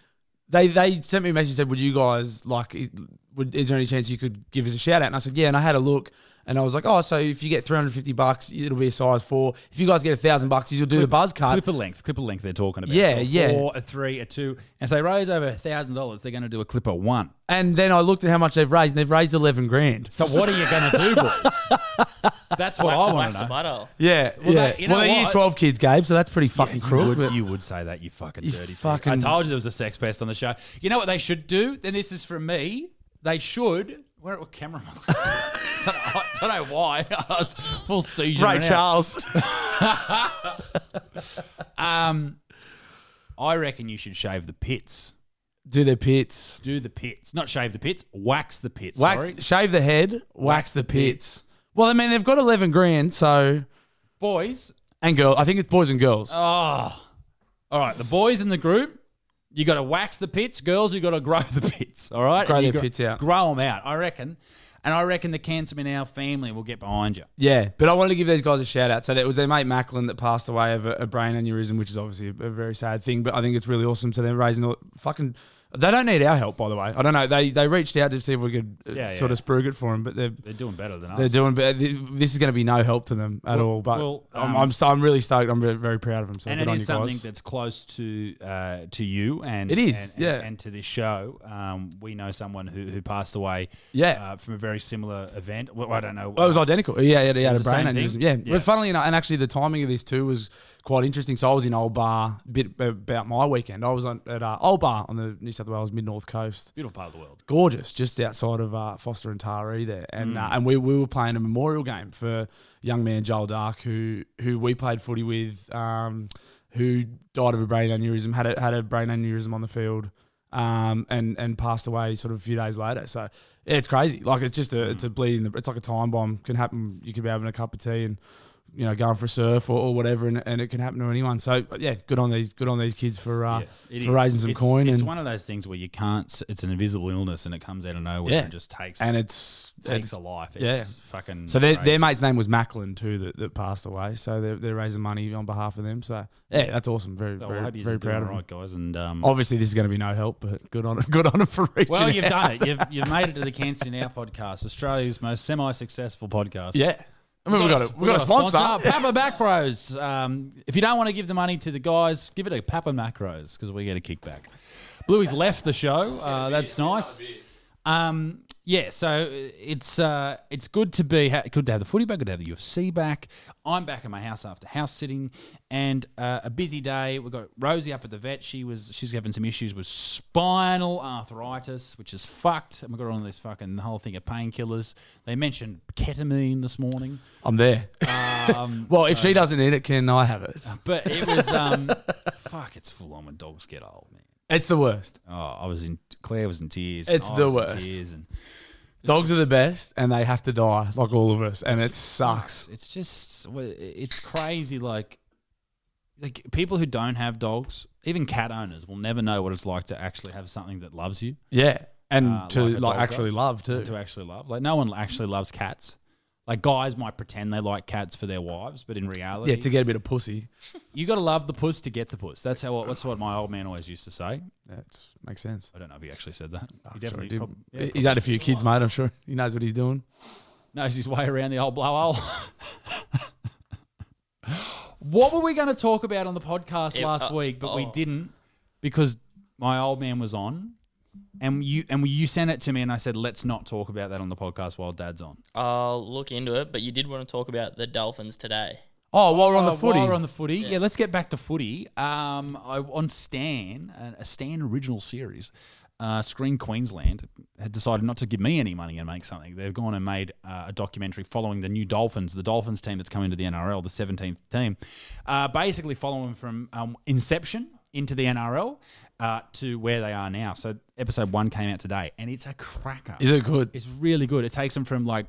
they they sent me a message said, "Would you guys like? Is, would, is there any chance you could give us a shout out?" And I said, "Yeah." And I had a look, and I was like, "Oh, so if you get three hundred fifty bucks, it'll be a size four. If you guys get a thousand bucks, you'll do the buzz cut." Clipper length, clipper length. They're talking about. Yeah, So a yeah. Four, a three, a two. And if they raise over a thousand dollars, they're going to do a clipper one. And then I looked at how much they've raised, and they've raised eleven grand. So what are you going to do, boys? That's what I want Wax to the know. bottle. yeah, Well, yeah. that- you well, know they're year what? twelve kids, Gabe, so that's pretty fucking cruel. You but- would, you would say that, you fucking You dirty pig. fucking- I told you there was a sex pest on the show. You know what they should do? Then this is from me. They should. Where what camera? am I looking at? I don't know- I don't know why. I was full seizure. Ray and out. Charles. Um, I reckon you should shave the pits. do their pits. Do the pits, not shave the pits. Wax the pits. Wax, Sorry, shave the head, wax, the pits. Well, I mean, they've got eleven grand, so boys. and girl, I think it's boys and girls. Oh, all right. The boys in the group, you got to wax the pits. Girls, you got to grow the pits. All right, Grow And you their pits out. Grow them out. I reckon, and I reckon the cancer in our family will get behind you. Yeah, but I wanted to give these guys a shout out. So that was their mate Macklin that passed away of a, a brain aneurysm, which is obviously a, a very sad thing. But I think it's really awesome. So they're raising all, fucking. They don't need our help, by the way. I don't know. They they reached out to see if we could uh, Yeah, sort yeah. of spruik it for them, but they're They're doing better than us. they're doing. But th- this is going to be no help to them at Well- all. But well, I'm um, I'm, st- I'm really stoked. I'm very, very proud of them. So and good it on is you something guys. that's close to uh, to you and It is, and, and- yeah. and, to this show. Um, we know someone who, who passed away Yeah. uh, from a very similar event. Well, I don't know. Oh, it was identical. Yeah, yeah, he had a was the brain same aneurysm. thing? Yeah. Yeah. But funnily enough, and actually the timing of this too was quite interesting. So I was in Old Bar a bit about my weekend. I was on, at uh, Old Bar on the New South Wales mid north coast. beautiful part of the world. Gorgeous, just outside of uh, Foster and Taree there, Mm. and uh, and we, we were playing a memorial game for young man Joel Dark, who who we played footy with, um, who died of a brain aneurysm, had a had a brain aneurysm on the field, um, and and passed away sort of a few days later. So yeah, it's crazy. Like it's just a it's a Mm. bleeding. It's like a time bomb. Can happen. You could be having a cup of tea and you know going for a surf or, or whatever, and, and it can happen to anyone. So yeah, good on these good on these kids for uh, for It is. raising some It's- coin It's and one of those things where you can't. s- It's an invisible illness, and it comes out of nowhere Yeah. and just takes and it's takes it's- a life. It's yeah. fucking. So their, crazy. their mate's name was Macklin too that, that passed away. So they're, they're raising money on behalf of them. So yeah, that's awesome. Very Oh, well, I very, hope you're very doing proud of all right, them. guys. And um, Obviously, this is going to be no help, but good on good on them for reaching. well, you've out. done it. You've you've made it to the Cancer Now podcast, Australia's most semi-successful podcast. Yeah, I mean we got a we got a sponsor. Uh, Papa Macros. Um, if you don't want to give the money to the guys, give it to Papa Macros because we get a kickback. Bluey's left the show. Uh, that's nice. Um, yeah, so it's uh, it's good to be ha- good to have the footy back, good to have the UFC back. I'm back in my house after house sitting, and uh, a busy day. We got Rosie up at the vet. She was she's having some issues with spinal arthritis, which is fucked. And we got on this fucking the whole thing of painkillers. They mentioned ketamine this morning. I'm there. well, if she doesn't need it, can I have it? Um, But it was um, fuck. It's full on when dogs get old, man. It's the worst. Oh, I was in Claire was in tears. It's and I the was in worst. tears and Dogs are the best, and they have to die like all of us, and it sucks. it's just well, it's crazy. Like like people who don't have dogs, even cat owners, will never know what it's like to actually have something that loves you, Yeah, and uh, to a like dog actually does, love and too. to actually love. Like no one actually loves cats. Like guys might pretend they like cats for their wives, but in reality, Yeah, to get a bit of pussy. you got to love the puss to get the puss. That's how. That's what my old man always used to say. That makes sense. I don't know if he actually said Ah, that. he Sure, definitely. dude. prob- yeah, He's prob- had a few kids, mate. I'm sure he knows what he's doing. knows his way around the old blowhole. what were we going to talk about on the podcast Yeah, last uh, week, but we oh. didn't because my old man was on, and you and you sent it to me, and I said let's not talk about that on the podcast while Dad's on. I'll look into it, but you did want to talk about the Dolphins today. Oh, while we're on the footy. While we're on the footy. Yeah. let's get back to footy. Um, I, on Stan, a- a Stan original series, uh, Screen Queensland had decided not to give me any money and make something. They've gone and made uh, a documentary following the new Dolphins, the Dolphins team that's come into the NRL, the 17th team, uh, basically following from um, inception into the NRL uh, to where they are now. So episode one came out today, and it's a cracker. Is it good? It's really good. It takes them from like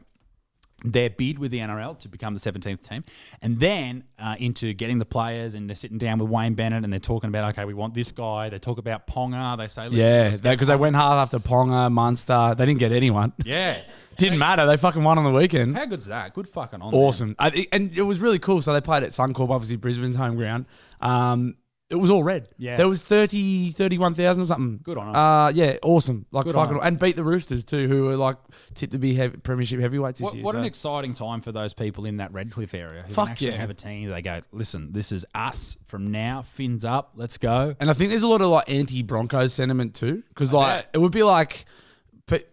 their bid with the NRL to become the 17th team, and then uh, into getting the players and they're sitting down with Wayne Bennett and they're talking about okay, we want this guy. They talk about Ponga. They say Yeah, because they went hard after Ponga, Munster. They didn't get anyone. yeah. Didn't matter. They fucking won on the weekend. How good's that? Good fucking on. them. Awesome. I, thi- and it was really cool. So they played at Suncorp, obviously Brisbane's home ground. Um, it was all red. Yeah. There was 30, 31,000 or something. Good on 'em. Uh, yeah, awesome. Like Good on fucking, 'em. and beat the Roosters too, who were like tipped to be heavy, premiership heavyweights this What, year. what so. an exciting time for those people in that Redcliffe area who Fuck can actually yeah. have a team. They go, listen, this is us from now. Fins up. Let's go. And I think there's a lot of like anti Broncos sentiment too, because like it would be like, but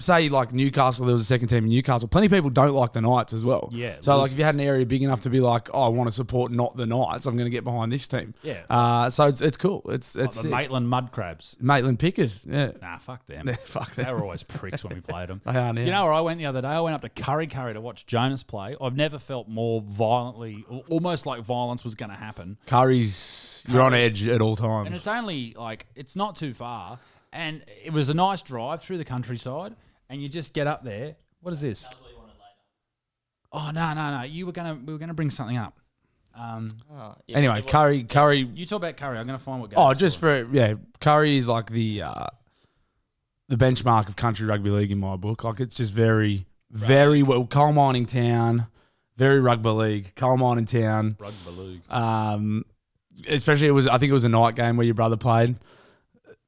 say like Newcastle, there was a second team in Newcastle. Plenty of people don't like the Knights as well. Yeah, So like if you had an area big enough to be like, oh, I want to support not the Knights, I'm going to get behind this team. Yeah. Uh, so it's it's cool. It's Like it's the sick. Maitland Mud Crabs. Maitland Pickers. Yeah. Nah, fuck them. fuck They them. were always pricks when we played them. They are now. You know where I went the other day? I went up to Curry Curry to watch Jonas play. I've never felt more violently, al- almost like violence was going to happen. Curry's you're on edge at all And times. it's only like, it's not too far. And it was a nice drive through the countryside. And you just get up there. What is this? Oh, no, no, no. You were going to, we were going to bring something up. Um, Yeah, Anyway, what- Curry Curry you talk about Curry. I'm going to find what game. Oh, it's just for. for yeah, Curry is like the uh, the benchmark of country rugby league in my book. Like it's just very, very well coal mining town, very rugby league, coal mining town. Rugby league. Um, especially it was I think it was a night game where your brother played.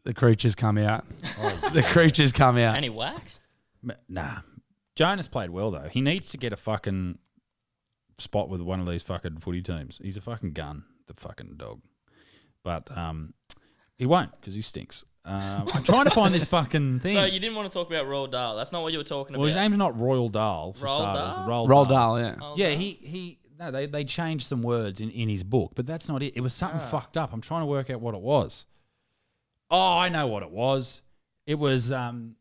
The creatures come out. the creatures come Uh, out. Any wax? M- Nah. Jonas played well though. He needs to get a fucking spot with one of these fucking footy teams. He's a fucking gun, the fucking dog. But um, he won't because he stinks. Um, I'm trying to find this fucking thing. So you didn't want to talk about Royal Dahl. That's not what you were talking well, his about. name's not Royal Dahl for Roald starters. Dahl? Royal Roll Dahl, yeah. Yeah, he he. No, they they changed some words in in his book, but that's not it. It was Ah. something fucked up. I'm trying to work out what it was. Oh, I know what it was. It was um,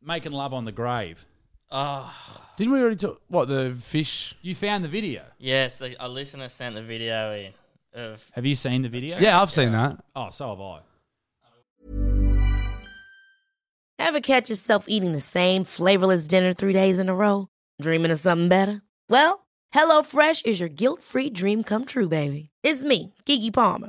making love on the grave. Oh, Didn't we already talk what the fish? You found the video. yes. A, a listener sent the video in of Have you seen the video? Yeah, I've seen that. Oh, so have I. Ever catch yourself eating the same flavorless dinner three days in a row? Dreaming of something better? Well, HelloFresh is your guilt free dream come true, baby. It's me, Kiki Palmer.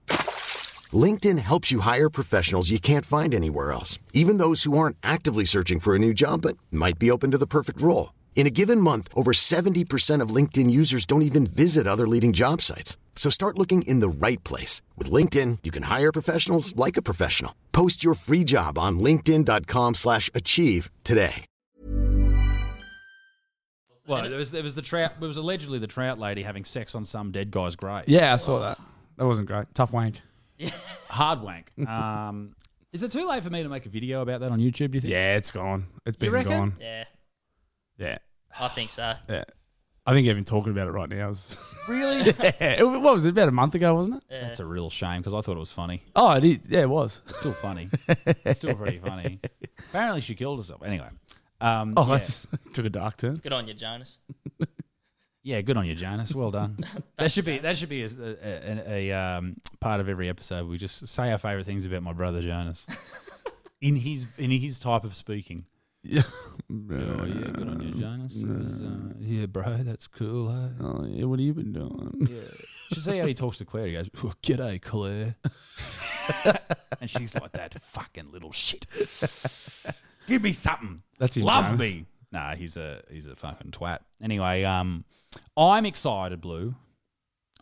LinkedIn helps you hire professionals you can't find anywhere else, even those who aren't actively searching for a new job but might be open to the perfect role. In a given month, over 70% of LinkedIn users don't even visit other leading job sites. So start looking in the right place. With LinkedIn, you can hire professionals like a professional. Post your free job on linkedin.com/achieve slash achieve today. Well, there was there was the trout. There was allegedly the trout lady having sex on some dead guy's grave. Yeah, I saw that. That wasn't great. Tough wank. hard wank. Um, is it too late for me to make a video about that on YouTube? Do you think? Yeah, it's gone. It's been reckon? gone. yeah. Yeah. I think so. Yeah. I think even talking about it right now is really. Yeah, it, what was it about a month ago, wasn't it? That's a real shame because I thought it was funny. Oh, it is. Yeah, it was. It's still funny. it's still pretty funny. Apparently, she killed herself. Anyway. Um, Oh, yeah. that's took a dark turn. Good on you, Jonas. Yeah, good on you, Janice. Well done. that should be that should be a, a, a, a, um, part of every episode. We just say our favorite things about my brother Jonas, in his in his type of speaking. Yeah. Oh yeah, good on Um, you, Jonas. It was, uh, yeah, bro, that's cool. Hey? Oh yeah, what have you been doing? Yeah. Should see how he talks to Claire. He goes, oh, "G'day, Claire," and she's like, "That fucking little shit. Give me something. That's him, Love Jonas. me." Nah, he's a he's a fucking twat. Anyway, um, I'm excited, Blue.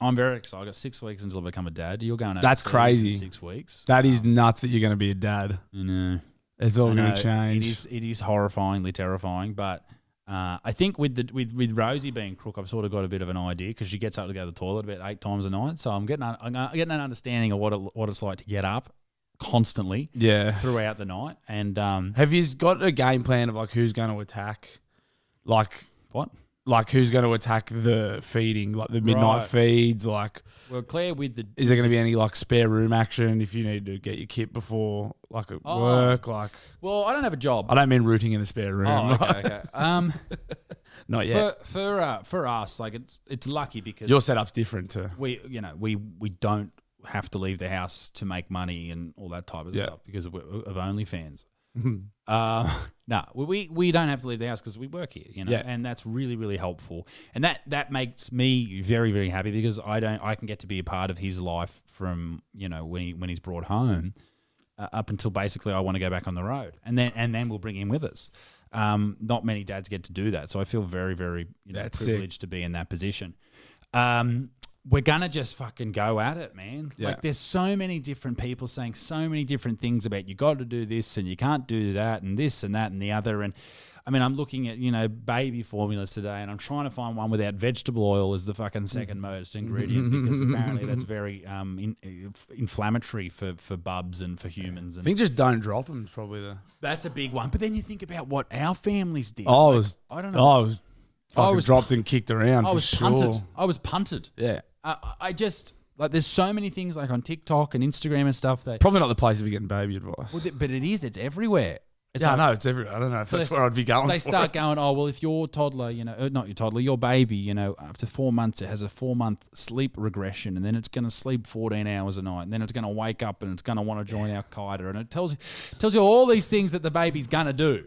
I'm very excited. I got six weeks until I become a dad. You're going. overseas That's in crazy. Six weeks. That is nuts that you're going to be a dad. I know. It's all Um, I going know, to change. It is, it is horrifyingly terrifying, but uh, I think with the with, with Rosie being crook, I've sort of got a bit of an idea because she gets up to go to the toilet about eight times a night. So I'm getting un- I'm gonna- getting an understanding of what it, what it's like to get up constantly yeah. throughout the night. And um, Have you got a game plan of like who's going to attack, like what? like who's going to attack the feeding, like the midnight Right. feeds, like Well, Claire with the is there going to be any like spare room action if you need to get your kit before like at Oh. work, like well, I don't have a job. I don't mean rooting in the spare room, Oh, right? okay, okay. Um, not for yet. for uh, for us, like it's it's lucky because Your setup's different to we you know we we don't have to leave the house to make money and all that type of Yeah. Mm-hmm. stuff because of, of OnlyFans. uh, no, we- we we don't have to leave the house because we work here, you know, Yeah. and that's really really helpful, and that that makes me very very happy because I don't I can get to be a part of his life from you know when he when he's brought home uh, up until basically I want to go back on the road, and then and then we'll bring him with us. Um, not many dads get to do that, so I feel very very you know, That's sick. privileged to be in that position. Um, we're gonna just fucking go at it, man. Yeah. Like there's so many different people saying so many different things about you got to do this and you can't do that and this and that and the other and. I mean, I'm looking at you know baby formulas today, and I'm trying to find one without vegetable oil as the fucking Mm-hmm. second most ingredient because apparently that's very um, in, uh, inflammatory for for bubs and for humans. I And think just don't drop them is probably the. that's a big one. But then you think about what our families did. I Oh, was. I don't I know. was. Fucking was- dropped and kicked around. I for was sure. punted. I was punted. Yeah. I, I- I just like there's so many things like on TikTok and Instagram and stuff that. Probably not the place to be getting baby advice. Well, th- but it is. It's everywhere. It's yeah, like- I know it's everywhere. I don't know if So that's they- where I'd be going. They for start it. going, oh well, if your toddler, you know, uh, not your toddler, your baby, you know, after four months it has a four month sleep regression, and then it's going to sleep fourteen hours a night, and then it's going to wake up and it's going to want to join Al Qaeda, and it tells you tells you all these things that the baby's going to do,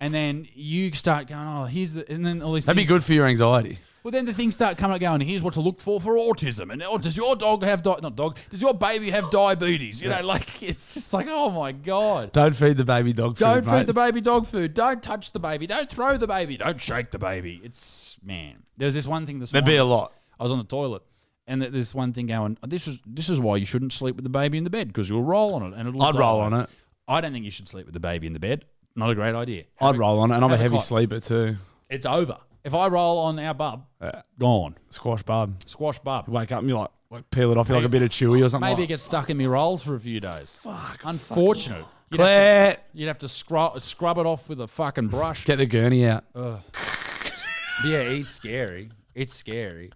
and then you start going, oh, here's, the, and then all these. That'd be things- good for your anxiety. well, then the things start coming up going, here's what to look for for autism. And oh, does your dog have, di- not dog, does your baby have diabetes? You know, like, it's just like, oh my God. Don't feed the baby dog. Don't food, feed mate. the baby dog food. Don't touch the baby. Don't throw the baby. Don't shake the baby. It's, man. There's this one thing this There'd be a morning- lot. I was on the toilet. And th- there's one thing going. This is this is why you shouldn't sleep with the baby in the bed because you'll roll on it and it'll. I'd die. roll on it. I don't think you should sleep with the baby in the bed. Not a great idea. I'd roll on it, and I'm a have a heavy cot. sleeper too. Uh, It's over. If I roll on our bub, gone. Squash bub. Squash bub. Wake up and you're like, like peel it off. You're like a bit of chewy or something. Maybe it like. gets stuck in my rolls for a few days. Fuck. Unfortunate. You'd Have Claire, to, you'd have to scrub, scrub it off with a fucking brush. get the gurney out. yeah, it's scary. It's scary.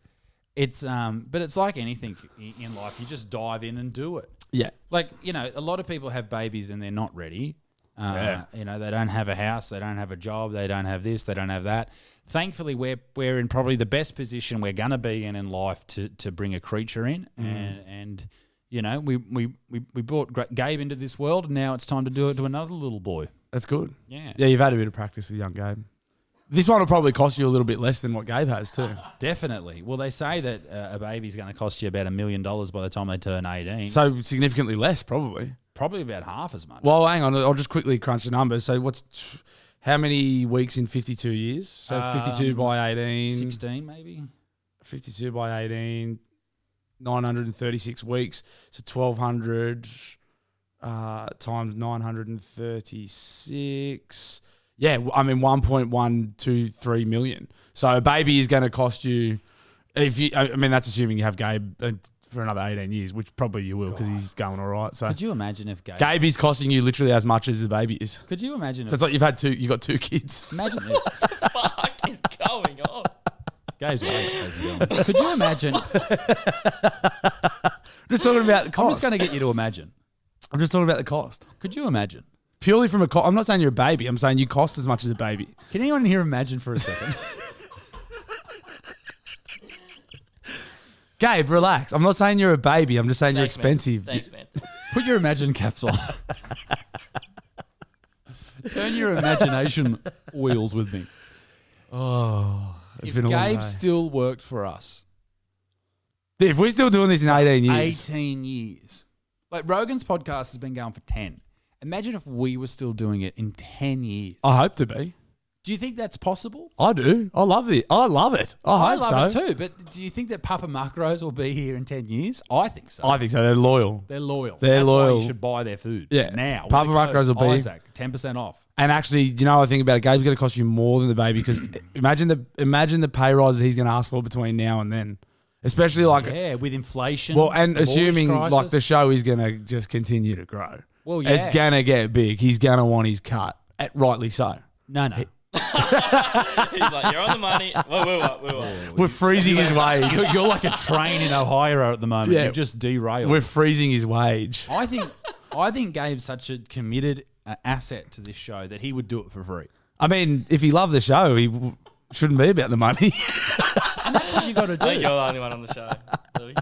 It's um, but it's like anything i- in life. You just dive in and do it. Yeah. Like you know, a lot of people have babies and they're not ready. Uh, Yeah. You know, they don't have a house, they don't have a job, they don't have this, they don't have that. Thankfully, we're we're in probably the best position we're gonna be in in life to to bring a creature in, and and you know, we we we, we brought Gra- Gabe into this world, and now it's time to do it to another little boy. That's good. Yeah. Yeah, you've had a bit of practice with young Gabe. This one will probably cost you a little bit less than what Gabe has too. Definitely. Well, they say that uh, a baby's going to cost you about a million dollars by the time they turn 18. So So significantly less, probably. probably about half as much. Well, hang on. I'll just quickly crunch the numbers. So what's t- how many weeks in 52 years? So 52 Um, by 18. 16 maybe? 52 by 18, 936 weeks. So 1200 uh, times 936. Yeah, w- I mean 1.123 million. So a baby is going to cost you if you I I mean that's assuming you have Gabe uh, for another 18 years, which probably you will cuz he's going all right. So Could you imagine if Gabe... Gabe is costing you literally as much as the baby is. Could you imagine if... So it's like you've had two you got two kids. Imagine this. fuck is going on? Gabe's way too busy. Could you imagine... I'm just talking about the cost. I'm just going to get you to imagine. talking about the cost. Could you imagine? purely from a cost. I'm not saying you're a baby. I'm saying you cost as much as a baby. Can anyone here imagine for a second? Gabe, relax. I'm not saying you're a baby. I'm just saying Thanks, you're man. expensive. Thanks, man. Put your imagine caps on. Turn your imagination wheels with me. Oh, it's if been a long Gabe day. still worked for us If we're still doing this in 18 years, 18 years, like Rogan's podcast has been going for 10. Imagine if we were still doing it in 10 years. I hope to be. Do you think that's possible? I do. I love it. I love it. I, hope love so. it too, but do you think that Papa Macros will be here in 10 years? I think so. I think so. They're loyal. They're loyal. They're That's loyal. Why you should buy their food. Yeah. Now. Papa Macros will be- Isaac, 10% off. And actually, you know, what I think about it. Gabe's going to cost you more than the baby because imagine the imagine the pay rises he's going to ask for between now and then, especially like Yeah, with inflation. well, and the mortgage assuming like the crisis. show is going to just continue to grow. Well, it's yeah. going to get big. He's going to want his cut, at, rightly so. No, no. He's like, you're on the money. Whoa, whoa, whoa, whoa, whoa. We're freezing his wage. You're, you're like a train in Ohio at the moment. Yeah. You've just derailed. We're freezing his wage. I think I think Gabe's such a committed uh, asset to this show that he would do it for free. I mean, if he loved the show, he w- shouldn't be about the money. That's what you got to I think do. you're the only one on the show. Louis.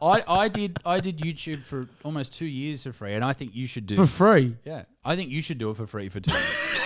I, I did I did YouTube for almost two years for free, and I think you should do. for free. yeah, I think you should do it for free for two years.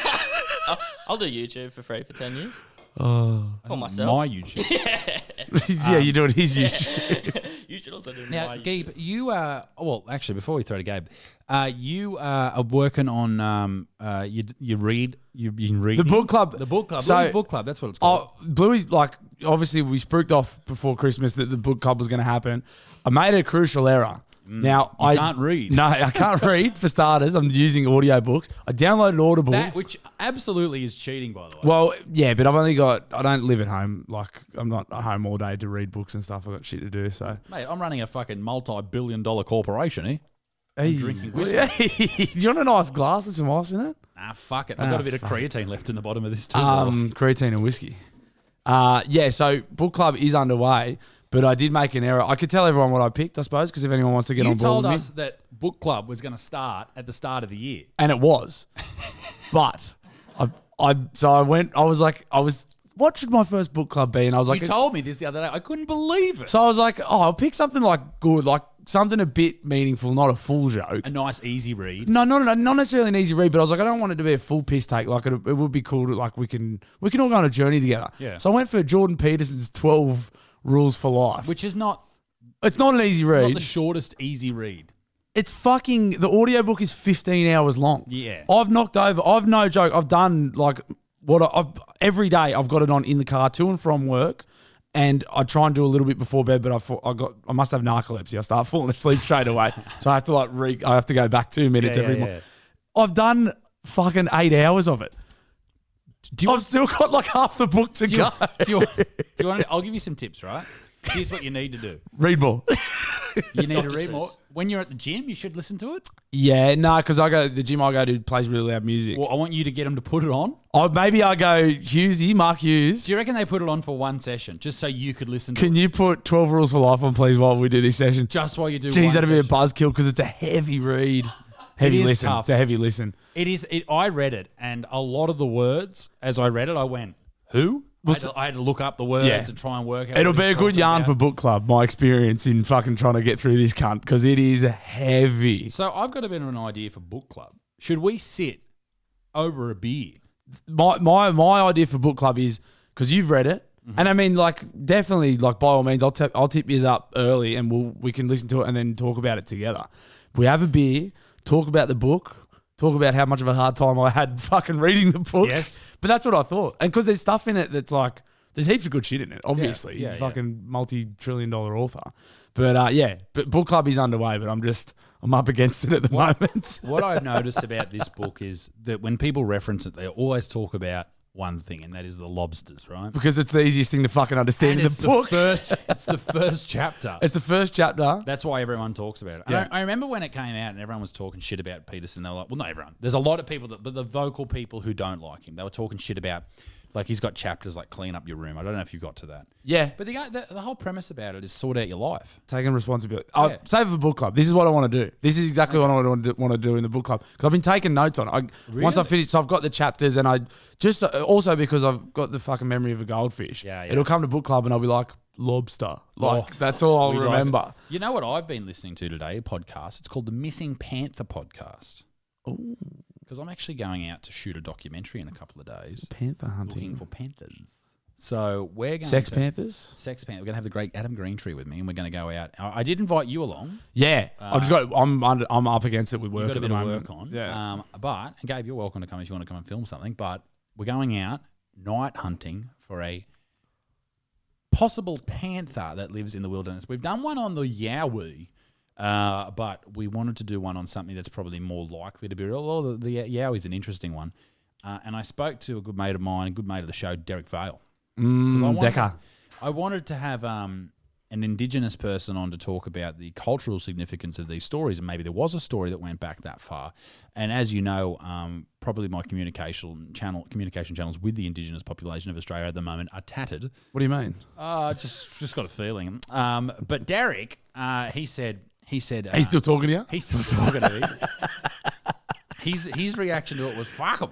I'll, I'll do YouTube for free for 10 years. Oh. For myself. My YouTube. Um, yeah, you're doing his YouTube. You should also do Now, my Uh, Gabe, you are well. Actually, before we throw to Gabe, uh, you uh, are working on um, uh, you you read you have been reading The book club. the book club So- Blues book club that's what it's called. Oh, Bluey's like obviously we spooked off before Christmas that the book club was going to happen. I made a crucial error. Now I Mm. can't read. No, I can't read for starters. I'm using audio books. I downloaded Audible. that which absolutely is cheating, by the way. well, yeah, but I've only got. I don't live at home. Like I'm not at home all day to read books and stuff. I've got shit to do. So Mate, I'm running a fucking multi-billion dollar corporation, eh? hey, drinking do you want a nice glass with some ice in it? Nah, Ah, fuck it. I've got a bit of creatine left in the bottom of this too. Um, creatine and whiskey. Uh, yeah, so book club is underway, but I did make an error. I could tell everyone what I picked, I suppose, because if anyone wants to get you on board told with us me, that book club was going to start at the start of the year. and it was, but I, I, so I went. I was like, I was, what should my first book club be? And I was like, you told me this the other day. I couldn't believe it. so I was like, oh, I'll pick something like good, like something a bit meaningful, not a full joke. a nice, easy read. No, not, not not necessarily an easy read, but I was like, I don't want it to be a full piss take. Like it, it would be cool. To, like we can we can all go on a journey together. Yeah. So I went for Jordan Peterson's twelve rules for life, which Which is not, it's not an easy not read. the shortest easy read. it's fucking the audiobook is fifteen hours long. Yeah. I've knocked over. I've no joke. I've done like what I, I've every day. I've got it on in the car to and from work. And I try and do a little bit before bed, but I, fa- I got I must have narcolepsy. I start falling asleep straight away, so I have to like re- I have to go back two minutes Yeah, every yeah, morning. yeah. I've done fucking eight hours of it. Do you, I've still got like half the book to do you, go. do you, do you want to, I'll give you some tips, right? Here's what you need to do. Read more. You need to Dr. read Seuss. more. When you're at the gym, you should listen to it. yeah, no, because I go the gym I go to plays really loud music. Well, I want you to get them to put it on. oh, maybe I go Hughesy, Mark Hughes. Do you reckon they put it on for one session just so you could listen to Can it? you put Twelve Rules for Life on, please, while we do this session? Just while you do Jeez, one that'd be a session. buzzkill because it's a heavy read, heavy is listen. tough. It's a heavy listen. It is. It, I read it, and a lot of the words as I read it, I went, "Who?" I had, to, I had to look up the words Yeah. and try and work out. It'll what be he's a good talking yarn about. for book club. My experience in fucking trying to get through this cunt because it is heavy. So I've got a bit of an idea for book club. Should we sit over a beer? my my my idea for book club is because you've read it, Mm-hmm. and I mean, like, definitely, like, by all means, I'll tip I'll tip yours up early, and we'll we can listen to it and then talk about it together. We have a beer, talk about the book, talk about how much of a hard time I had fucking reading the book. Yes. but that's what I thought, and because there's stuff in it that's like. There's heaps of good shit in it. Obviously, yeah, he's a yeah. fucking multi-trillion-dollar author, but uh, yeah, but book club is underway. But I'm just I'm up against it at the moment. What I've noticed about this book is that when people reference it, they always talk about one thing, and that is the lobsters, right? because it's the easiest thing to fucking understand And in it's the book. first. It's the first chapter. It's the first chapter. That's why everyone talks about it. And Yeah. I, I remember when it came out and everyone was talking shit about Peterson. They were like, well, not everyone. There's a lot of people, that, but the vocal people who don't like him, they were talking shit about Like he's got chapters like clean up your room. I don't know if you got to that. Yeah. But the, the, the whole premise about it is sort out your life. Taking responsibility. I'll Yeah. save for book club. This is what I want to do. This is exactly what I want to, want to do in the book club because I've been taking notes on. it. I once I Really? finish, so I've got the chapters, and I just uh, also because I've got the fucking memory of a goldfish. Yeah, yeah. It'll come to book club, and I'll be like lobster. Like Oh, that's all I'll we like it. remember. you know what I've been listening to today? A podcast. It's called the Missing Panther podcast. Oh. Because I'm actually going out to shoot a documentary in a couple of days. Panther hunting. Looking for panthers. So we're going Sex to- Panthers? Sex Panthers. We're going to have the great Adam Greentree with me, and we're going to go out. I I did invite you along. Yeah, Uh, I've just got. I'm under, I'm up against it with You've work got a at the bit of moment. work on. Yeah. Um, but and Gabe, you're welcome to come if you want to come and film something. But we're going out night hunting for a possible panther that lives in the wilderness. We've done one on the Yowie. Uh, but we wanted to do one on something that's probably more likely to be real. Although the, the Yowie's an interesting one. Uh, and I spoke to a good mate of mine, a good mate of the show, Derek Vale. 'Cause I Mm, wanted- Decker. I wanted to have um, an Indigenous person on to talk about the cultural significance of these stories, and maybe there was a story that went back that far. And as you know, um, probably my communication channel communication channels with the Indigenous population of Australia at the moment are tattered. What do you mean? Uh, just just got a feeling. Um, but Derek, uh, he said he said uh, He's still talking to you? He's still talking to me. his his reaction to it was fuck him.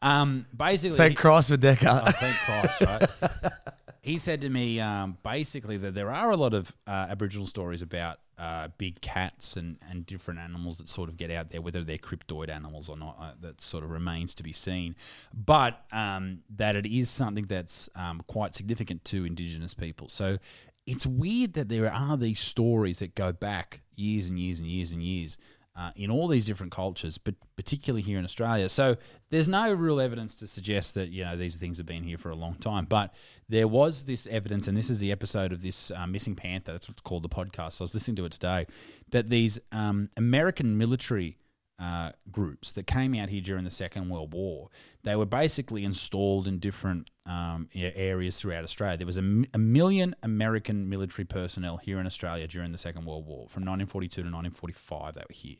Um, basically, Thank he- Christ for Decker. Oh, thank Christ, right? he said to me um, basically that there are a lot of uh, Aboriginal stories about uh, big cats and, and different animals that sort of get out there, whether they're cryptoid animals or not, uh, that sort of remains to be seen. But um, that it is something that's um, quite significant to Indigenous people. So it's weird that there are these stories that go back years and years and years and years. Uh, in all these different cultures, but particularly here in Australia. So there's no real evidence to suggest that you know these things have been here for a long time. But there was this evidence, and this is the episode of this uh, missing panther. That's what's called the podcast. I was listening to it today. That these um, American military uh, groups that came out here during the Second World War. They were basically installed in different um, yeah, areas throughout Australia. There was a, m- a million American military personnel here in Australia during the Second World War from 1942 to 1945. They were here.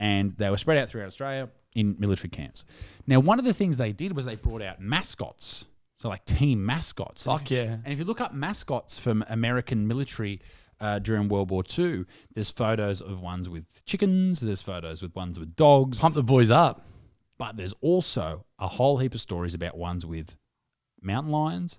And they were spread out throughout Australia in military camps. Now, one of the things they did was they brought out mascots. So, like team mascots. Fuck yeah. And if you look up mascots from American military uh, during World War II, there's photos of ones with chickens, there's photos with ones with dogs. Pump the boys up. But there's also a whole heap of stories about ones with mountain lions,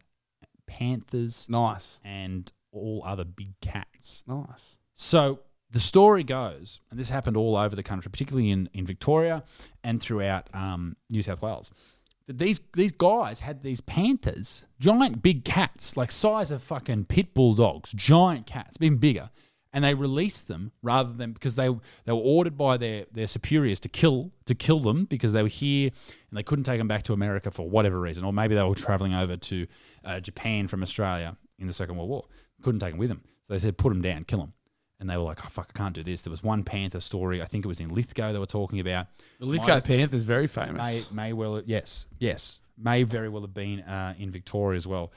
panthers. Nice. And all other big cats. Nice. So the story goes, and this happened all over the country, particularly in, in Victoria and throughout um, New South Wales, that these these guys had these panthers, giant big cats, like size of fucking pit bull dogs, giant cats, even bigger, and they released them rather than because they they were ordered by their their superiors to kill to kill them because they were here and they couldn't take them back to America for whatever reason, or maybe they were traveling over to uh, Japan from Australia in the Second World War, couldn't take them with them, so they said put them down, kill them. And they were like, oh, fuck, I can't do this. There was one Panther story, I think it was in Lithgow, they were talking about. The Lithgow Panthers very May, famous. may well, yes, yes, may very well have been uh, in Victoria as well.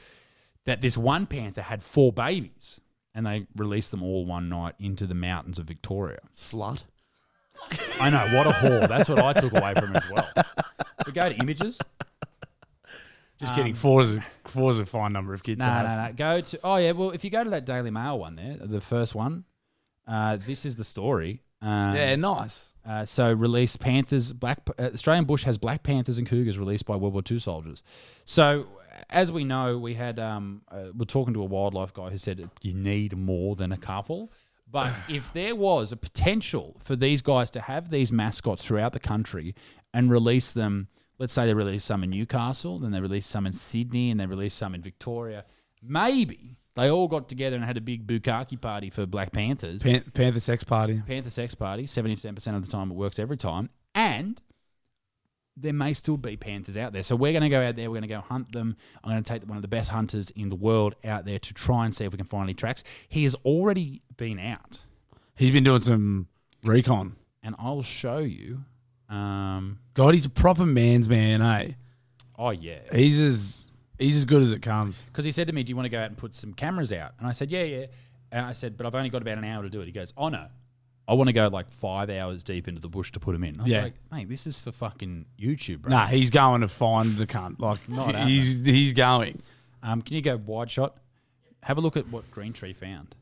That this one panther had four babies, and they released them all one night into the mountains of Victoria. Slut. I know what a whore. That's what I took away from it as well. We go to images. Just Um, kidding. Four is a, four is a fine number of kids. No, to have. no, no. Go to. Oh yeah. Well, if you go to that Daily Mail one there, the first one. Uh, this is the story. Um, Yeah, nice. Uh, so release panthers. Black uh, Australian bush has black panthers and cougars released by World War II soldiers. So as we know, we had um, uh, we're talking to a wildlife guy who said you need more than a couple. But if there was a potential for these guys to have these mascots throughout the country and release them, let's say they release some in Newcastle, then they release some in Sydney, and they release some in Victoria, maybe they all got together and had a big bukkake party for Black Panthers. Pan- Panther sex party. Panther sex party, 70% of the time it works every time. And there may still be panthers out there. So we're going to go out there, we're going to go hunt them. I'm going to take one of the best hunters in the world out there to try and see if we can find any tracks. He has already been out, He's been doing some recon. and I'll show you. Um, God, he's a proper man's man, eh? oh, yeah. He's as he's as good as it comes. Because he said to me, Do you want to go out and put some cameras out? And I said, Yeah, yeah. And I said, But I've only got about an hour to do it. He goes, Oh, no. I want to go like five hours deep into the bush to put him in. I was Yeah. like, mate, this is for fucking YouTube, bro. Nah, he's going to find the cunt. Like, Not he's he's going. Um, can you go wide shot? Have a look at what Green Tree found.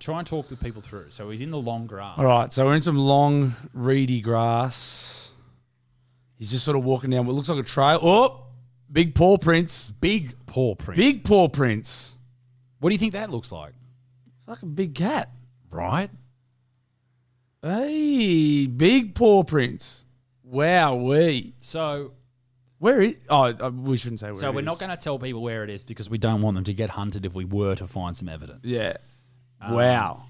Try and talk the people through. So he's in the long grass. Oh. All right, so we're in some long, reedy grass. He's just sort of walking down what looks like a trail. Oh, big paw prints. Big paw prints. Big paw prints. What do you think that looks like? It's like a big cat. Right? Hey, big paw prints. Wow, we. So Where is? Oh, uh, we shouldn't say where. so we're not going to tell people where it is because we don't want them to get hunted if we were to find some evidence. Yeah. Um, wow.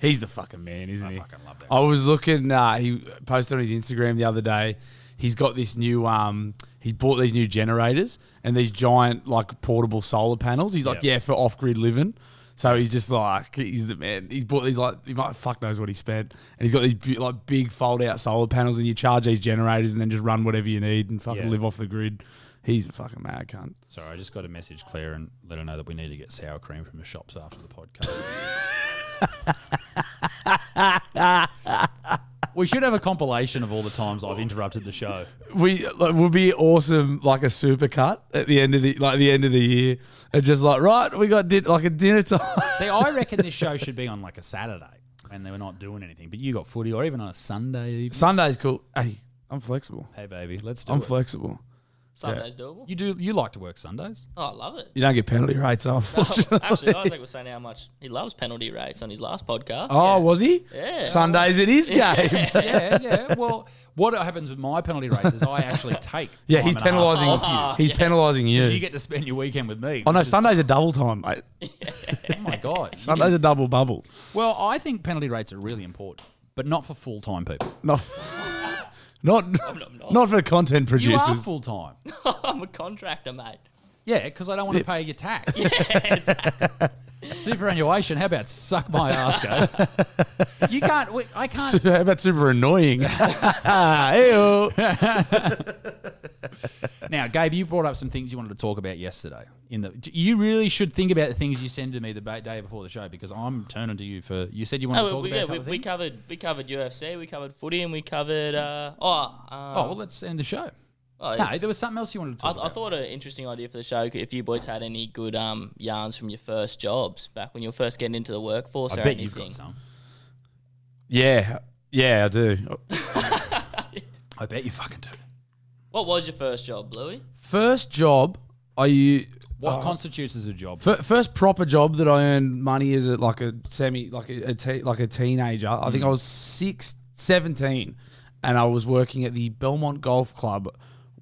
He's the fucking man, isn't he? fucking love that. I was looking. Uh, he posted on his Instagram the other day. He's got this new. Um, he's bought these new generators and these giant like portable solar panels. He's like, Yeah. yeah, for off grid living. So he's just like he's the man. He's bought these like he might fuck knows what he spent, and he's got these bu- like big fold out solar panels, and you charge these generators, and then just run whatever you need and fucking Yeah. live off the grid. He's a fucking mad cunt. Sorry, I just got a message, Claire, and let her know that we need to get sour cream from the shops after the podcast. we should have a compilation of all the times I've interrupted the show. we like, would be awesome like a super cut at the end of the like the end of the year and just like right we got din- like a dinner time See, I reckon this show should be on like a Saturday when they were not doing anything, but you got footy, or even on a Sunday evening. Sunday's cool hey I'm flexible hey, baby, let's do I'm it. flexible Sunday's doable. you do. You like to work Sundays? Oh, I love it. you don't get penalty rates unfortunately Actually, Isaac was saying how much he loves penalty rates on his last podcast. oh was he Yeah. Sundays it is game yeah, yeah. Well, what happens with my penalty rates is I actually take. yeah time he's and a half penalising off he's penalising you you. You get to spend your weekend with me. oh no which is- Sunday's a double time mate Oh my god. Sunday's a double bubble Well, I think penalty rates are really important, but not for full time people. not not not for content You producers are full time. I'm a contractor, mate. Yeah, because I don't want to pay your tax. Superannuation. How about suck my ass, go? you can't. we- I can't. how about super annoying Hey-o. Now, Gabe, you brought up some things you wanted to talk about yesterday. In the, you really should think about the things you send to me the ba- day before the show because I'm turning to you for. You said you wanted to No, talk Oh, we, about. we, a yeah, couple we, of we things. covered we covered UFC, we covered footy, and we covered uh, oh, um, oh well, let's end the show. oh, No, there was something else you wanted to I, talk I about. thought an interesting idea for the show if you boys had any good um, yarns from your first jobs back when you were first getting into the workforce I or bet anything. you've got some. yeah yeah I do I bet you fucking do. What was your first job, Bluey? First job, are you uh, What constitutes as a job? fir- first proper job that I earned money as a like a semi like a, a te- like a teenager? I Mm. think I was six, 17 and I was working at the Belmont Golf Club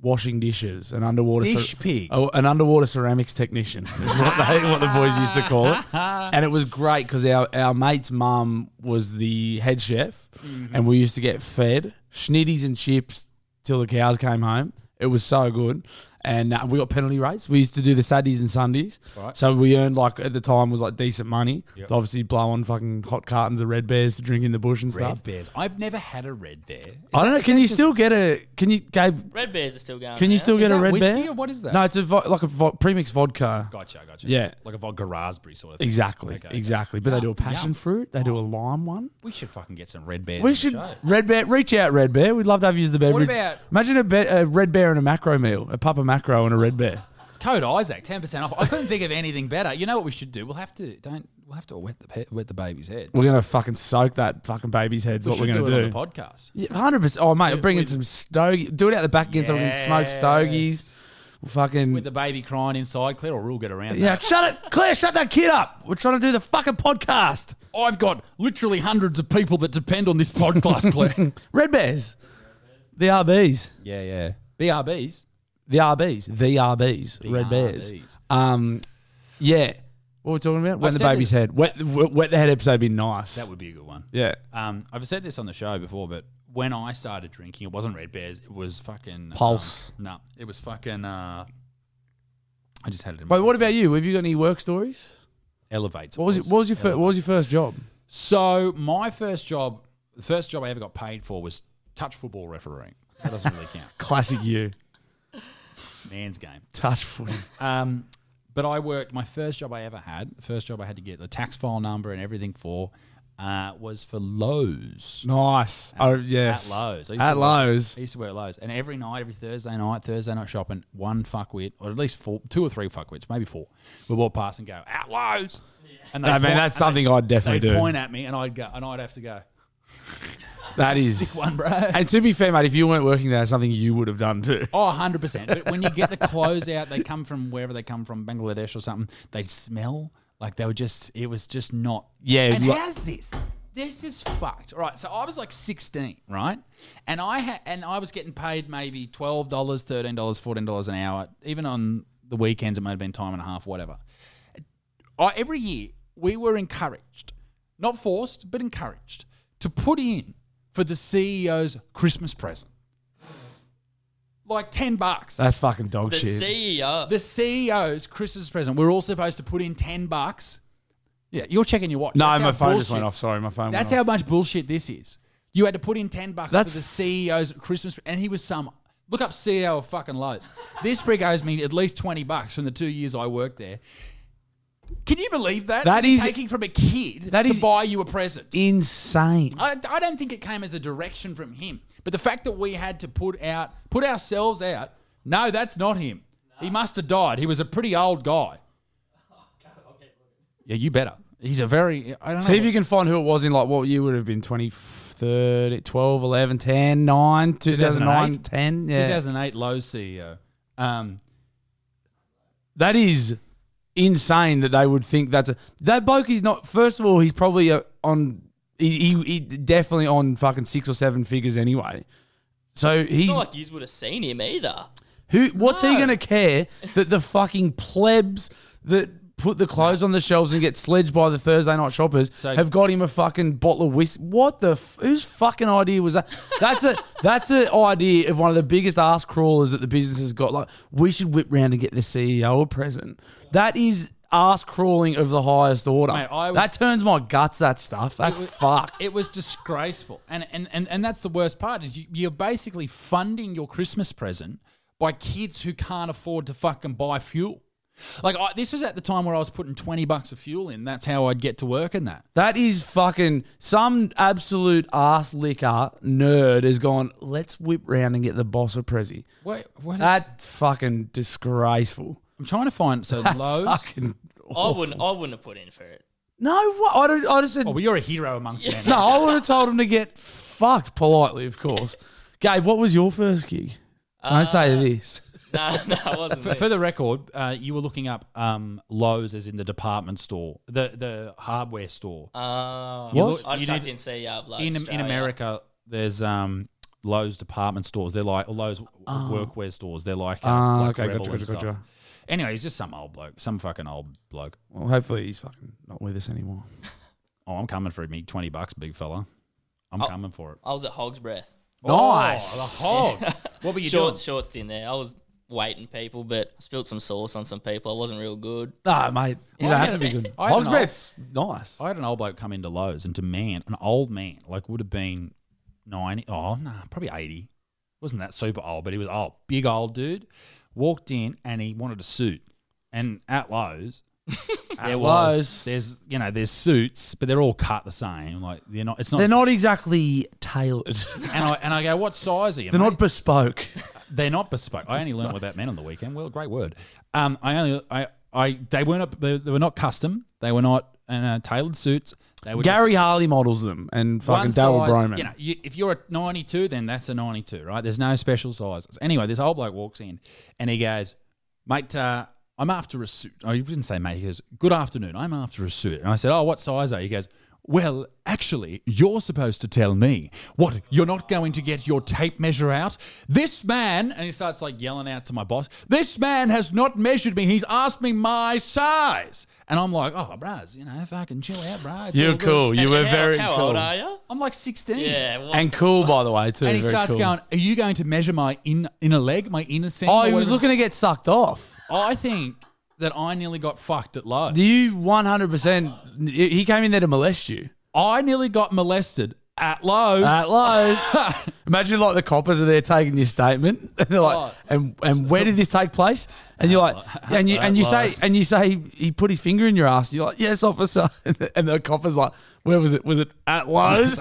washing dishes and underwater Dish pig. Oh, an underwater ceramics technician is what, they, what the boys used to call it and it was great because our, our mate's mum was the head chef Mm-hmm. and we used to get fed schnitties and chips till the cows came home it was so good and uh, we got penalty rates we used to do the saturdays and sundays Right. so we earned like at the time was like decent money to obviously blow on fucking hot cartons of red bears to drink in the bush and red stuff bears. I've never had a red bear. i don't know can you still get a can you gabe Red bears are still going. can you now. still Is get a that red whiskey bear or what is that? no it's a vo- like a vo- premix vodka Gotcha, gotcha. Yeah. like a vodka raspberry sort of thing. Exactly, Okay, okay. exactly. But they do a yum. passion Oh. fruit. They do a lime one. We should fucking get some red bears. We on the should show. Red Bear reach out, Red Bear. We'd love to have you as the beverage. about- Imagine a, be- a Red Bear and a macro meal, a Papa Macro and a Red Bear. Code Isaac, ten percent off. I couldn't think of anything better. You know what we should do? We'll have to don't. We'll have to wet the pe- wet the baby's head. We're gonna fucking soak that fucking baby's heads. what should we're gonna it do? on the podcast. Hundred percent. Oh mate, bring in with- some stogie. Do it out the back again so we can smoke stogies. We'll fucking With the baby crying inside, Claire will rule get around. yeah. Shut it, Claire. Shut that kid up. We're trying to do the fucking podcast. that. I've got literally hundreds of people that depend on this podcast, Claire. Red Bears, the RBs. yeah, yeah. BRBs. The RBs, the RBs, Red Bears. RBs. Um, yeah. What we're talking about? Wet I've the said baby's this- head. Wet, wet, wet the head episode would be nice. That would be a good one. yeah. Um, I've said this on the show before, but when I started drinking, it wasn't Red Bears. It was fucking Pulse. Um, no, it was fucking. Uh, I just had it in my But what about you? Have you got any work stories? elevates. What was it? What was your uh, first, what was your first job? So my first job, the first job I ever got paid for was touch football refereeing. That doesn't really count. Classic you. Man's game. Touch footy. Um, but I worked my first job I ever had. The first job I had to get the tax file number and everything for uh, was for Lowe's. Nice. At, Oh, yes. At Lowe's. I used At to work- Lowe's. I used to work at Lowe's. And every night, every Thursday night, Thursday night shopping, one fuckwit, or at least four, two or three fuckwits, maybe four, would walk past and go, at Lowe's. And No, man, that's something I'd definitely they'd do. point at me and I'd go, and I'd have to go, That It's a is sick one, bro. And to be fair, mate, if you weren't working there, it's something you would have done too. Oh, 100%. But when you get the clothes out, they come from wherever they come from, Bangladesh or something, they smell like they were just, it was just not. Yeah, And like- how's this? This is fucked. All right. So I was like 16, right? And I had, and I was getting paid maybe $12, $13, $14 an hour. Even on the weekends, it might have been time and a half, whatever. I, every year, we were encouraged, not forced, but encouraged to put in for the CEO's Christmas present. Like 10 bucks. That's fucking dog The E shit. CEO. The CEO's Christmas present. We're all supposed to put in ten bucks. Yeah, you're checking your watch. no, That's my how phone just bullshit- went off. Sorry, my phone That's went how much bullshit this is. You had to put in ten bucks That's for the CEO's Christmas, and he was some. Look up CEO of fucking Lowe's. This brick owes me at least twenty bucks from the two years I worked there. Can you believe that? That You're is- taking from a kid that to is- buy you a present. off. Insane. I, I don't think it came as a direction from him. But the fact that we had to put out, put ourselves out, no, that's not him. He must have died. He was a pretty old guy. Yeah, you better. He's a very. I don't See know. if you can find who it was in like what year would it have been 23, 12, 11, 10, 9, 2009, 2008? 10. Yeah. 2008 Lowe's CEO. Um, That is insane that they would think that's a. That bloke is not. First of all, he's probably uh on. He, he, he definitely on fucking six or seven figures anyway. So It's he's E not like you would have seen him either. Who? What's he No. going to care that the fucking plebs that put the clothes on the shelves and get sledged by the Thursday night shoppers have got him a fucking bottle of whiskey? What the? F- whose fucking idea was that? That's a that's an idea of one of the biggest ass crawlers that the business has got. Like we should whip round and get the CEO a present. That is ass crawling of the highest order. Mate, I was- that turns my guts. That stuff. That's was- fucked. It was disgraceful. And and, and and that's the worst part is you, you're basically funding your Christmas present by kids who can't afford to fucking buy fuel. Like I, this was at the time where I was putting 20 bucks of fuel in. That's how I'd get to work in that. That is fucking some absolute ass licker nerd has gone. Let's whip round and get the boss a prezi. Wait, what is- That fucking disgraceful. I'm trying to find so That's Lowe's. fucking. I wouldn't. I wouldn't have put in for it. No, what? I, don't, I just said Oh, well, you're a hero amongst men. no. I would have told him to get fucked politely, of course. Gabe, what was your first gig? don't Uh, say this. No, no, I wasn't. For, there. for the record, uh, you were looking up um, Lowe's as in the department store, the the hardware store. Um, You look- I you just typed need- in CEO of Lowe's in in Australia. America, there's um Lowe's department stores. They're like or Lowe's workwear stores. They're like, uh, Oh. Ah, like okay, Rebel gotcha, and gotcha, stuff. gotcha. Anyway, he's just some old bloke, some fucking old bloke. Well, hopefully he's fucking not with us anymore. Oh, I'm coming for me, twenty bucks, big fella. I'm Oh. coming for it. I was at Hog's Breath. Nice. Oh, the hog. what were you Short, doing? short stint there. I was waiting people, but I spilled some sauce on some people. I wasn't real good. Nah, mate. You don't I have to had- be good. I had an Hogs Breath's nice. I had an old bloke come into Lowe's and demand an old man, like would have been ninety. Oh no, probably eighty. Wasn't that super old? But he was old, big old dude. Walked in and he wanted a suit. And at Lowe's, there was Lowe's. there's you know there's suits, but they're all cut the same. Like they're not. It's not. They're not exactly tailored. And I and I go, what size are you? They're mate?" not bespoke. They're not bespoke. I only learned what that meant on the weekend. Well, great word. Um, I only I I they weren't up- they, they were not custom. They were not uh, tailored suits. They were just- Gary Harley models them and one fucking Daryl size, Broman. You know, you, if you're a 92, then that's a 92, right? There's no special sizes. Anyway, this old bloke walks in and he goes, mate, uh, I'm after a suit. Oh, he didn't say mate. He goes, good afternoon. I'm after a suit. And I said, oh, what size are you? He goes, well, actually, you're supposed to tell me. What? You're not going to get your tape measure out? This man, and he starts like yelling out to my boss, this man has not measured me. He's asked me my size. And I'm like, oh, bros, you know, fucking chill out, bro. It's all good." You were how, how old are you? I'm like 16. Yeah. What, And cool, by the way, too. And he Very starts cool. going, Are you going to measure my in, inner leg, my inner seam? Oh, or he was whatever?" looking to get sucked off. I think that I nearly got fucked at Lowe's. Do you 100%? He came in there to molest you. I nearly got molested At Lowe's. At Lowe's. Imagine like the coppers are there taking your statement, and they're Oh. like, "And and where did this take place?" And you're like, and you and you say and you say he put his finger in your ass. And you're like, "Yes, officer." And the, and the coppers like, "Where was it? Was it at Lowe's?"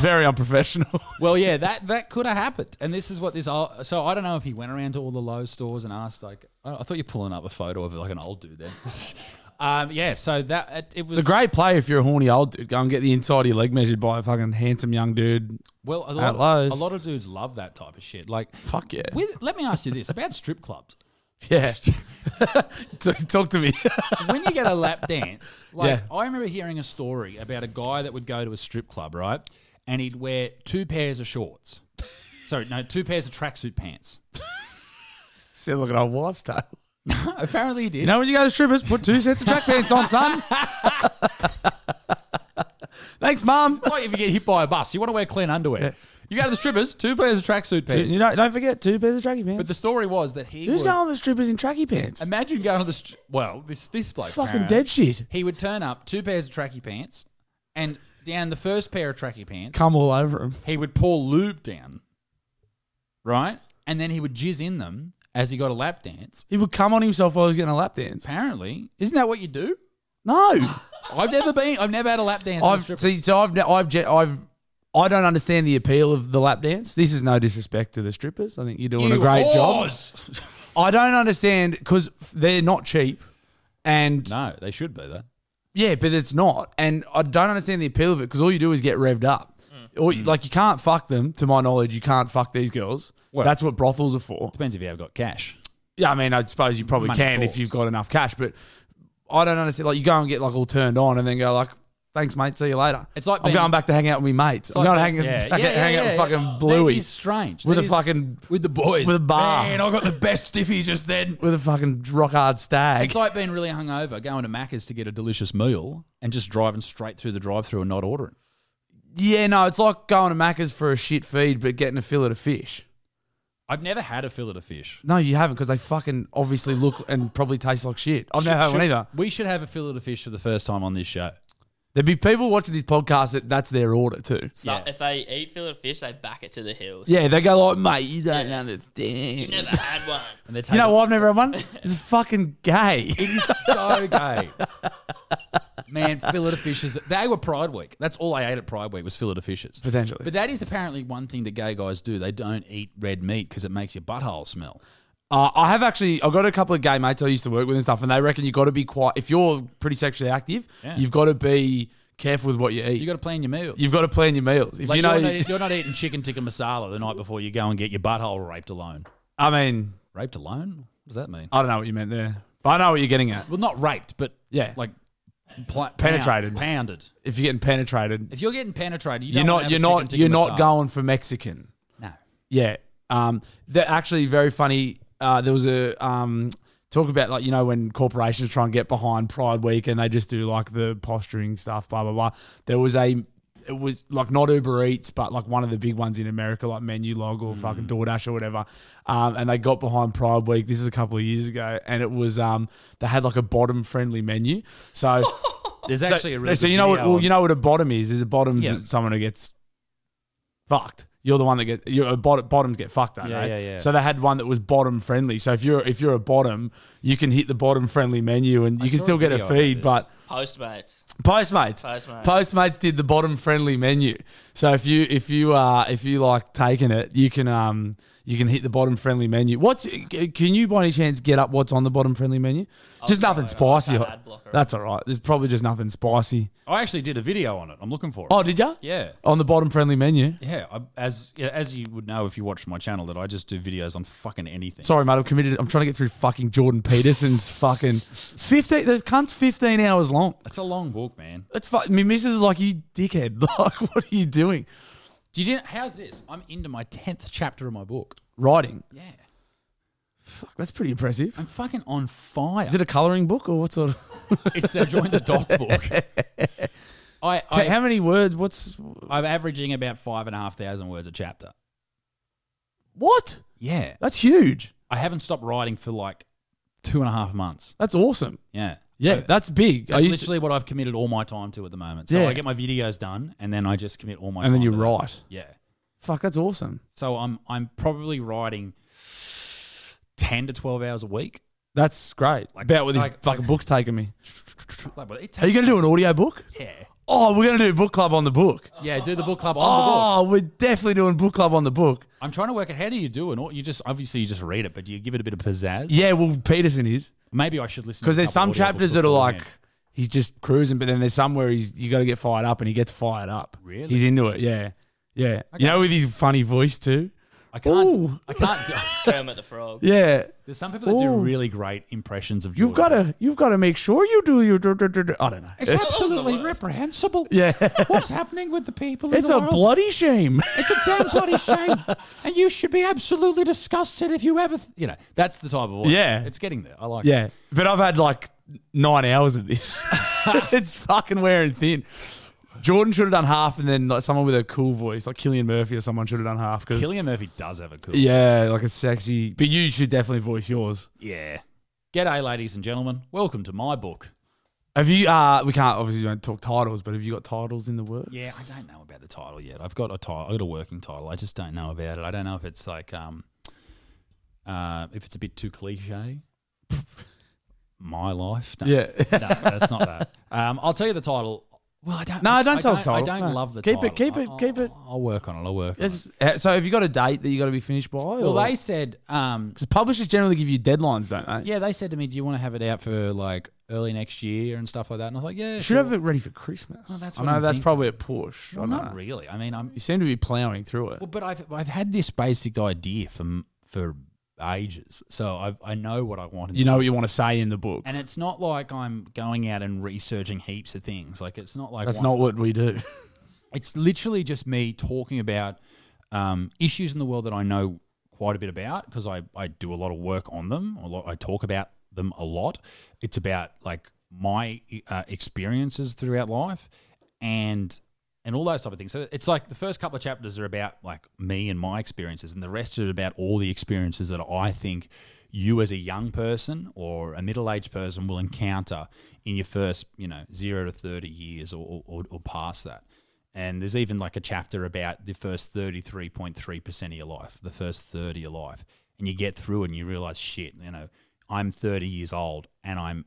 Very unprofessional. Well, yeah, that that could have happened, and this is what this. old- So I don't know if he went around to all the Lowe's stores and asked. Like, I I thought you're pulling up a photo of like an old dude there. um, yeah, so that it, it was It's a great play if you're a horny old dude. Go and get the inside of your leg measured by a fucking handsome young dude. Well, a at lot, Lowe's. a lot of dudes love that type of shit. Like, fuck yeah. With, let me ask you this about strip clubs. yeah. T- Talk to me. when you get a lap dance, like Yeah. I remember hearing a story about a guy that would go to a strip club, right? And he'd wear two pairs of shorts. Sorry, no, two pairs of tracksuit pants. Sounds like an old wife's tale. Apparently he did. You know when you go to strippers, put two sets of track pants on, son. Thanks, mum. It's like if you get hit by a bus, you want to wear clean underwear. You go to the strippers, two pairs of tracksuit Two- pants. you know, don't forget two pairs of tracky pants. but the story was that he Who's would, going to the strippers in tracky pants? Imagine going to the str- well, this this bloke Fucking apparently. dead shit. He would turn up two pairs of tracky pants, and down the first pair of tracky pants, Come all over them. he would pour lube down, right, and then he would jizz in them as he got a lap dance. He would come on himself while he was getting a lap dance. Apparently, isn't that what you do? No, I've never been. I've never had a lap dance. at a I've strip- see. So I've ne- I've je- I've I don't understand the appeal of the lap dance. This is no disrespect to the strippers. I think you're doing You a great job. whores! I don't understand because they're not cheap, and No, they should be though. Yeah, but it's not, and I don't understand the appeal of it because all you do is get revved up. Mm. Or, like you can't fuck them, to my knowledge. You can't fuck these girls. Well- That's what brothels are for. Depends if you have got cash. Yeah, I mean, I suppose you probably Money can talks. if you've got enough cash, but I don't understand. Like you go and get like all turned on, and then go like, "Thanks, mate. See you later." It's like I'm being- going back to hang out with my mates. I'm like going to that- yeah, hang, fucking yeah, yeah, hang out yeah, with yeah. fucking That Bluey. is strange. With That a is- fucking with the boys. With a bar. Man, I got the best stiffy just then. with a fucking rock hard stag. It's like being really hungover, going to Macca's to get a delicious meal, and just driving straight through the drive-through and not ordering. yeah, no, it's like going to Macca's for a shit feed, but getting a fillet of fish. I've never had a fillet of fish. No, you haven't because they fucking obviously look and probably taste like shit. I've never had one either. We should have a fillet of fish for the first time on this show. There'd be people watching this podcast that that's their order too. So if they eat fillet of fish, they back it to the hills. Yeah, they go like, mate, you don't Yeah. You understand. never had one. And they take You know what? I've never had one. It's fucking gay. It is so gay. Man, fillet of fishes. They were Pride Week. That's all I ate at Pride Week was fillet of fishes. Potentially. But that is apparently one thing that gay guys do. They don't eat red meat because it makes your butthole smell. Uh, I have actually, I've got a couple of gay mates I used to work with and stuff, and they reckon you got to be quite, if you're pretty sexually active, Yeah. you've got to be careful with what you eat. You got to plan your meals. You've got to plan your meals. If like you you know, are not, you're not eating chicken tikka masala the night before you go and get your butthole raped alone. I mean, Raped alone? What does that mean? I don't know what you meant there, but I know what you're getting at. Well, not raped, but Yeah. like pl- Penetrated. pound- pounded. If you're getting penetrated, If you're getting penetrated, you you're don't wanna not, have you're a chicken not, tikka you're not masala. going for Mexican. No. Yeah. Um, they're actually very funny. Uh, there was a um, talk about like you know when corporations try and get behind Pride Week and they just do like the posturing stuff, blah blah blah. There was a it was like not Uber Eats, but like one of the big ones in America, like Menu Log or fucking DoorDash or whatever. Um, and they got behind Pride Week. This is a couple of years ago, and it was um, they had like a bottom friendly menu. So There's actually a really so good you know what video well on- you know what a bottom is is a bottom's Yeah. someone who gets fucked you're the one that get your bottom, bottoms get fucked don't Yeah, they? yeah, yeah. so they had one that was bottom friendly so if you're if you're a bottom you can hit the bottom friendly menu and you can saw still a get a video about feed this. but Postmates. Postmates. Postmates. Postmates did the bottom friendly menu. So if you if you uh if you like taking it, you can um you can hit the bottom friendly menu. What's can you by any chance get up what's on the bottom friendly menu? Oh, just try nothing it. spicy. I'll try ad blocker. That's all right. There's probably just nothing spicy. I actually did a video on it. I'm looking for it. Oh, did you? Yeah. On the bottom friendly menu. Yeah, I, as yeah, as you would know if you watch my channel, that I just do videos on fucking anything. Sorry, mate. I'm committed. I'm trying to get through fucking Jordan Peterson's fucking fifteen. The cunt's fifteen hours long. It's a long book, man. That's fu- I mean, Mrs. is like you, dickhead. Like, what are you doing? Do you how's this? I'm into my tenth chapter of my book. Writing. Yeah, Fuck, that's pretty impressive. I'm fucking on fire. Is it a colouring book or what sort of? it's a join the dots book. I, I how many words? What's I'm averaging about five and a half thousand words a chapter. what? Yeah, That's huge. I haven't stopped writing for like two and a half months. That's awesome. Yeah, Yeah, that's big. That's I used to- literally what I've committed all my time to at the moment. So Yeah. I get my videos done, and then I just commit all my And then time you to that. write. Yeah. Fuck, that's awesome. So I'm I'm probably writing ten to twelve hours a week. That's great. About what these fucking book's taking me. Like, but it Are you going to do an audio book? Yeah. Oh, we're going to do book club on the book. Yeah, do the book club on the book. Oh, we're definitely doing book club on the book. I'm trying to work out how do you do it. Or You just obviously you just read it, but do you give it a bit of pizzazz? Yeah, well, Peterson is. Maybe I should listen. to Because a there's some couple audiobooks chapters that are like beforehand. he's just cruising, but then there's some where he's you got to get fired up, and he gets fired up. Really? He's into it. Yeah, yeah. You know, with his funny voice too. I can't. Ooh. I can't. Do, Kermit the Frog. Yeah. there's some people that do Ooh. really great impressions of. You've got to you've got to make sure you do your. dr- dr- dr- I don't know. It's absolutely reprehensible. Yeah. What's happening with the people? It's a bloody shame. It's a damn bloody shame, and you should be absolutely disgusted if you ever. Th- you know, that's the type of voice. Yeah. it's getting there. I like. it. Yeah, but I've had like nine hours of this. it's fucking wearing thin. Jordan should have done half, and then like someone with a cool voice, like Killian Murphy or someone, should have done half. Because Killian Murphy does have a cool. yeah, like a sexy. But you should definitely voice yours. yeah. G'day, ladies and gentlemen. Welcome to my book. Have you? Uh, we can't obviously don't talk titles, but have you got titles in the works? Yeah, I don't know about the title yet. I've got a title. I got a working title. I just don't know about it. I don't know if it's like um, uh, if it's a bit too cliche. My life. No, Yeah. no, that's not that. Um, I'll tell you the title. Well, I don't. No, don't I tell us don't, I title. don't No. love the Keep it- title. keep it- I- keep it. I'll work on it. I'll work on it. It's- uh, so have you got a date that you got to be finished by? Well, they said, um, because publishers generally give you deadlines, don't they? yeah, they said to me, "Do you want to have it out for like early next year and stuff like that?" And I was like, "Yeah, You should sure." have it ready for Christmas. Well, that's I what know I'm that's thinking. probably a push. Well, I don't not know. really. I mean, I'm You seem to be plowing through it. well, but I've I've had this basic idea for for ages, so I I know what I want. to you do. know what you want to say in the book. and it's not like I'm going out and researching heaps of things. Like it's not like That's one- not what we do. It's literally just me talking about um, issues in the world that I know quite a bit about because I, I do a lot of work on them. A lot, I talk about them a lot. It's about like my uh, experiences throughout life and and all those type of things. So it's like the first couple of chapters are about like me and my experiences, and the rest are about all the experiences that I think you as a young person or a middle aged person will encounter in your first, you know, zero to thirty years or or, or past that. And there's even like a chapter about the first 33.3% of your life, the first 30 of your life. And you get through it and you realize, shit, you know, I'm 30 years old and I'm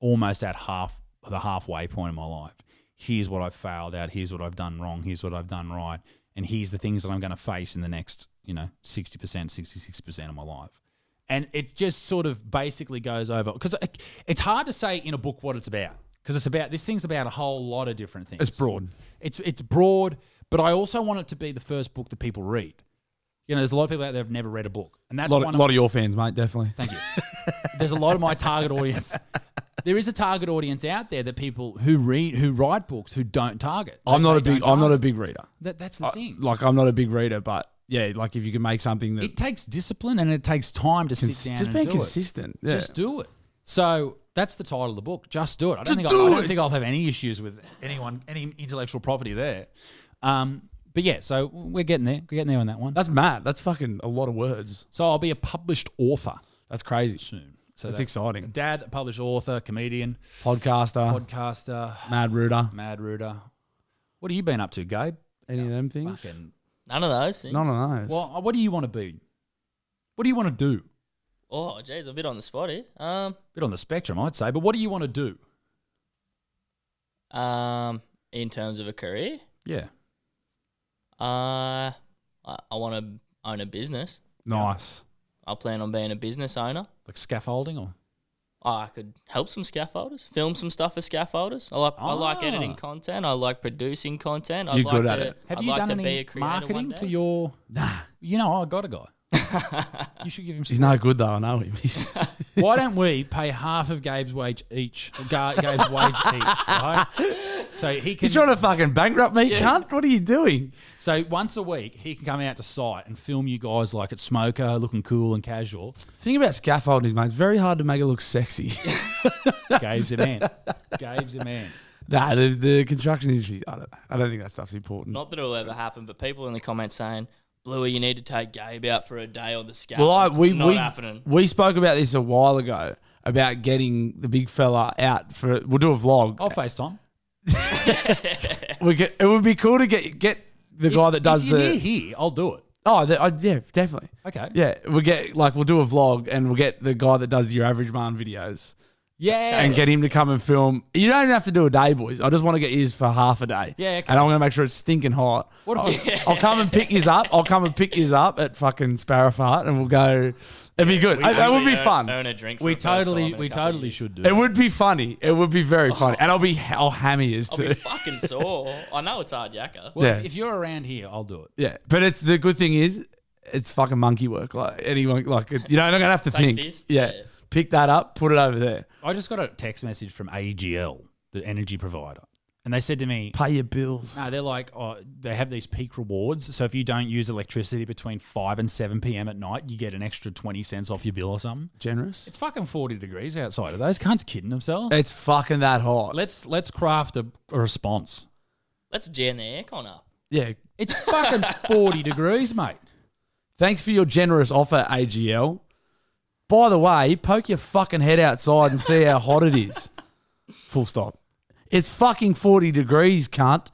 almost at half the halfway point of my life. Here's what I've failed at. Here's what I've done wrong. Here's what I've done right. And here's the things that I'm going to face in the next, you know, 60%, 66% of my life. And it just sort of basically goes over because it's hard to say in a book what it's about because it's about this thing's about a whole lot of different things. It's broad. It's it's broad, but I also want it to be the first book that people read. You know, there's a lot of people out there who've never read a book, and A that's lot, one of, lot of your fans, mate, definitely. Thank you. There's a lot of my target audience. There is a target audience out there that people who read, who write books, who don't target. I'm They- not a they big. don't I'm not a target. big reader. That, that's the I- thing. like I'm not a big reader, but yeah, like if you can make something that it takes discipline and it takes time to cons- sit down just and being do it. consistent, yeah. Just do it. So that's the title of the book. Just do it. I don't think do I'll, I don't it. think I'll have any issues with anyone, any intellectual property there. Um, but yeah, so we're getting there. We're getting there on that one. that's mad. That's fucking a lot of words. So I'll be a published author That's crazy. soon. So That's that- exciting. Dad, published author, comedian, Podcaster, podcaster, Uh, mad reader, mad rooter. What have you been up to, Gabe? any of them things? Fucking. None of those things. None of those. Well, uh, what do you want to be? What do you want to do? Oh, jeez, I'm a bit on the spot here. Um, Bit on the spectrum, I'd say. But what do you want to do? um, in terms of a career, Yeah. uh, I, I want to own a business. nice. I plan on being a business owner. Like scaffolding or? I could help some scaffolders, film some stuff for scaffolders. I like I like Ah. editing content. I like producing content. I'd You're like good to, at it. Have I'd you like done to be a any creator one marketing day. for your? Nah. You know, I got a guy. you should give him. He's Some. no good though. I know him. He's- Why don't we pay half of Gabe's wage each? Ga- Gabe's wage each, right? So he can. You're trying to fucking bankrupt me, cunt. What are you doing? so once a week, he can come out to site and film you guys like at Smoker, looking cool and casual. thing about scaffolding is, mate, it's very hard to make it look sexy. Gabe's your man. Gabe's your man. nah, the, the construction industry. I don't. I don't think that stuff's important. Not that it'll ever happen, but people in the comments saying, "Bluey, you need to take Gabe out for a day on the scaffold." Well, I, we not we, happening. we spoke about this a while ago, about getting the big fella out for. We'll do a vlog. I'll FaceTime. We get, it would be cool to get get the guy that does if you're the near here, I'll do it. Oh, the, I, yeah, definitely. Okay. Yeah, we'll get like we'll do a vlog and we'll get the guy that does your average man videos. Yeah. And get him to come and film. You don't even have to do a day, boys. I just want to get his for half a day. Yeah, okay. And I'm gonna make sure it's stinking hot. What I'll, if we- I'll come and pick his up. I'll come and pick his up at fucking Sparrow Fart and we'll go. It'd be good. We I- that would usually be earn- fun. Earn a drink. For We the first time totally, in a we couple of totally years. should do. It would be funny. It would be very funny, and I'll be I'll hammy his I'll too. be fucking sore. I know it's hard, yakka. Well, Yeah. if, if you're around here, I'll do it. Yeah, but it's the good thing is it's fucking monkey work. Like anyone, like it- you know, I'm not gonna have to Take think. this, yeah. yeah. pick that up, put it over there, I just got a text message from AGL, the energy provider, and they said to me, pay your bills. No, they're like, oh, they have these peak rewards. So if you don't use electricity between 5 and 7 p.m. at night, you get an extra 20 cents off your bill or something. Generous. It's fucking 40 degrees outside. Are those cunts kidding themselves? It's fucking that hot. Let's let's craft a, a response. Let's jam the aircon up. yeah. It's fucking 40 degrees, mate. Thanks for your generous offer, AGL. By the way, poke your fucking head outside and see how hot it is. Full stop. It's fucking forty degrees, cunt.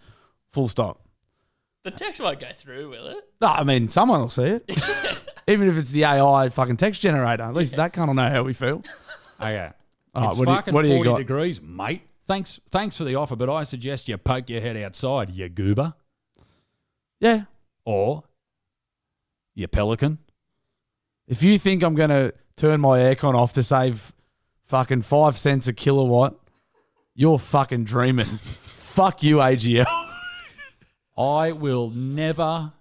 Full stop. The text won't go through, will it? No, I mean someone will see it. Even if it's the AI fucking text generator, at least that cunt will know how we feel. Okay. All right, it's what do you- fucking what do you 40 got? degrees, mate. Thanks thanks for the offer, but I suggest you poke your head outside, you goober. Yeah, Or you pelican. If you think I'm going to turn my aircon off to save fucking five cents a kilowatt, you're fucking dreaming. Fuck you, AGL. I will never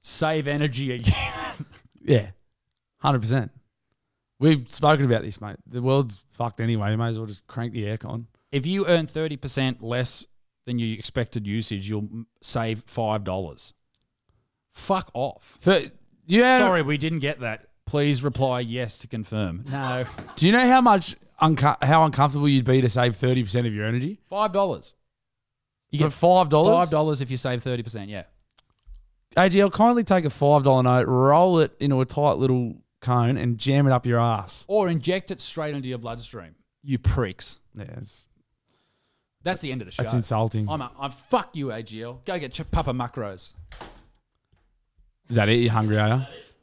save energy again. yeah, 100%. We've spoken about this, mate. The world's fucked anyway. You may as well just crank the aircon. if you earn 30% less than your expected usage, you'll m- save $5. Fuck off. So, yeah. Sorry, we didn't get that. Please reply yes to confirm. No. Do you know how much unco- how uncomfortable you'd be to save 30% of your energy? $5. You get $5? $5 if you save 30%, yeah. AGL, kindly take a $5 note, roll it into a tight little cone, and jam it up your ass. Or inject it straight into your bloodstream. You pricks. Yeah, it's, That's the end of the show. that's insulting. I'm, a, I'm fuck you, AGL. Go get Ch- Papa Muckros. Is that it? You hungry, are you?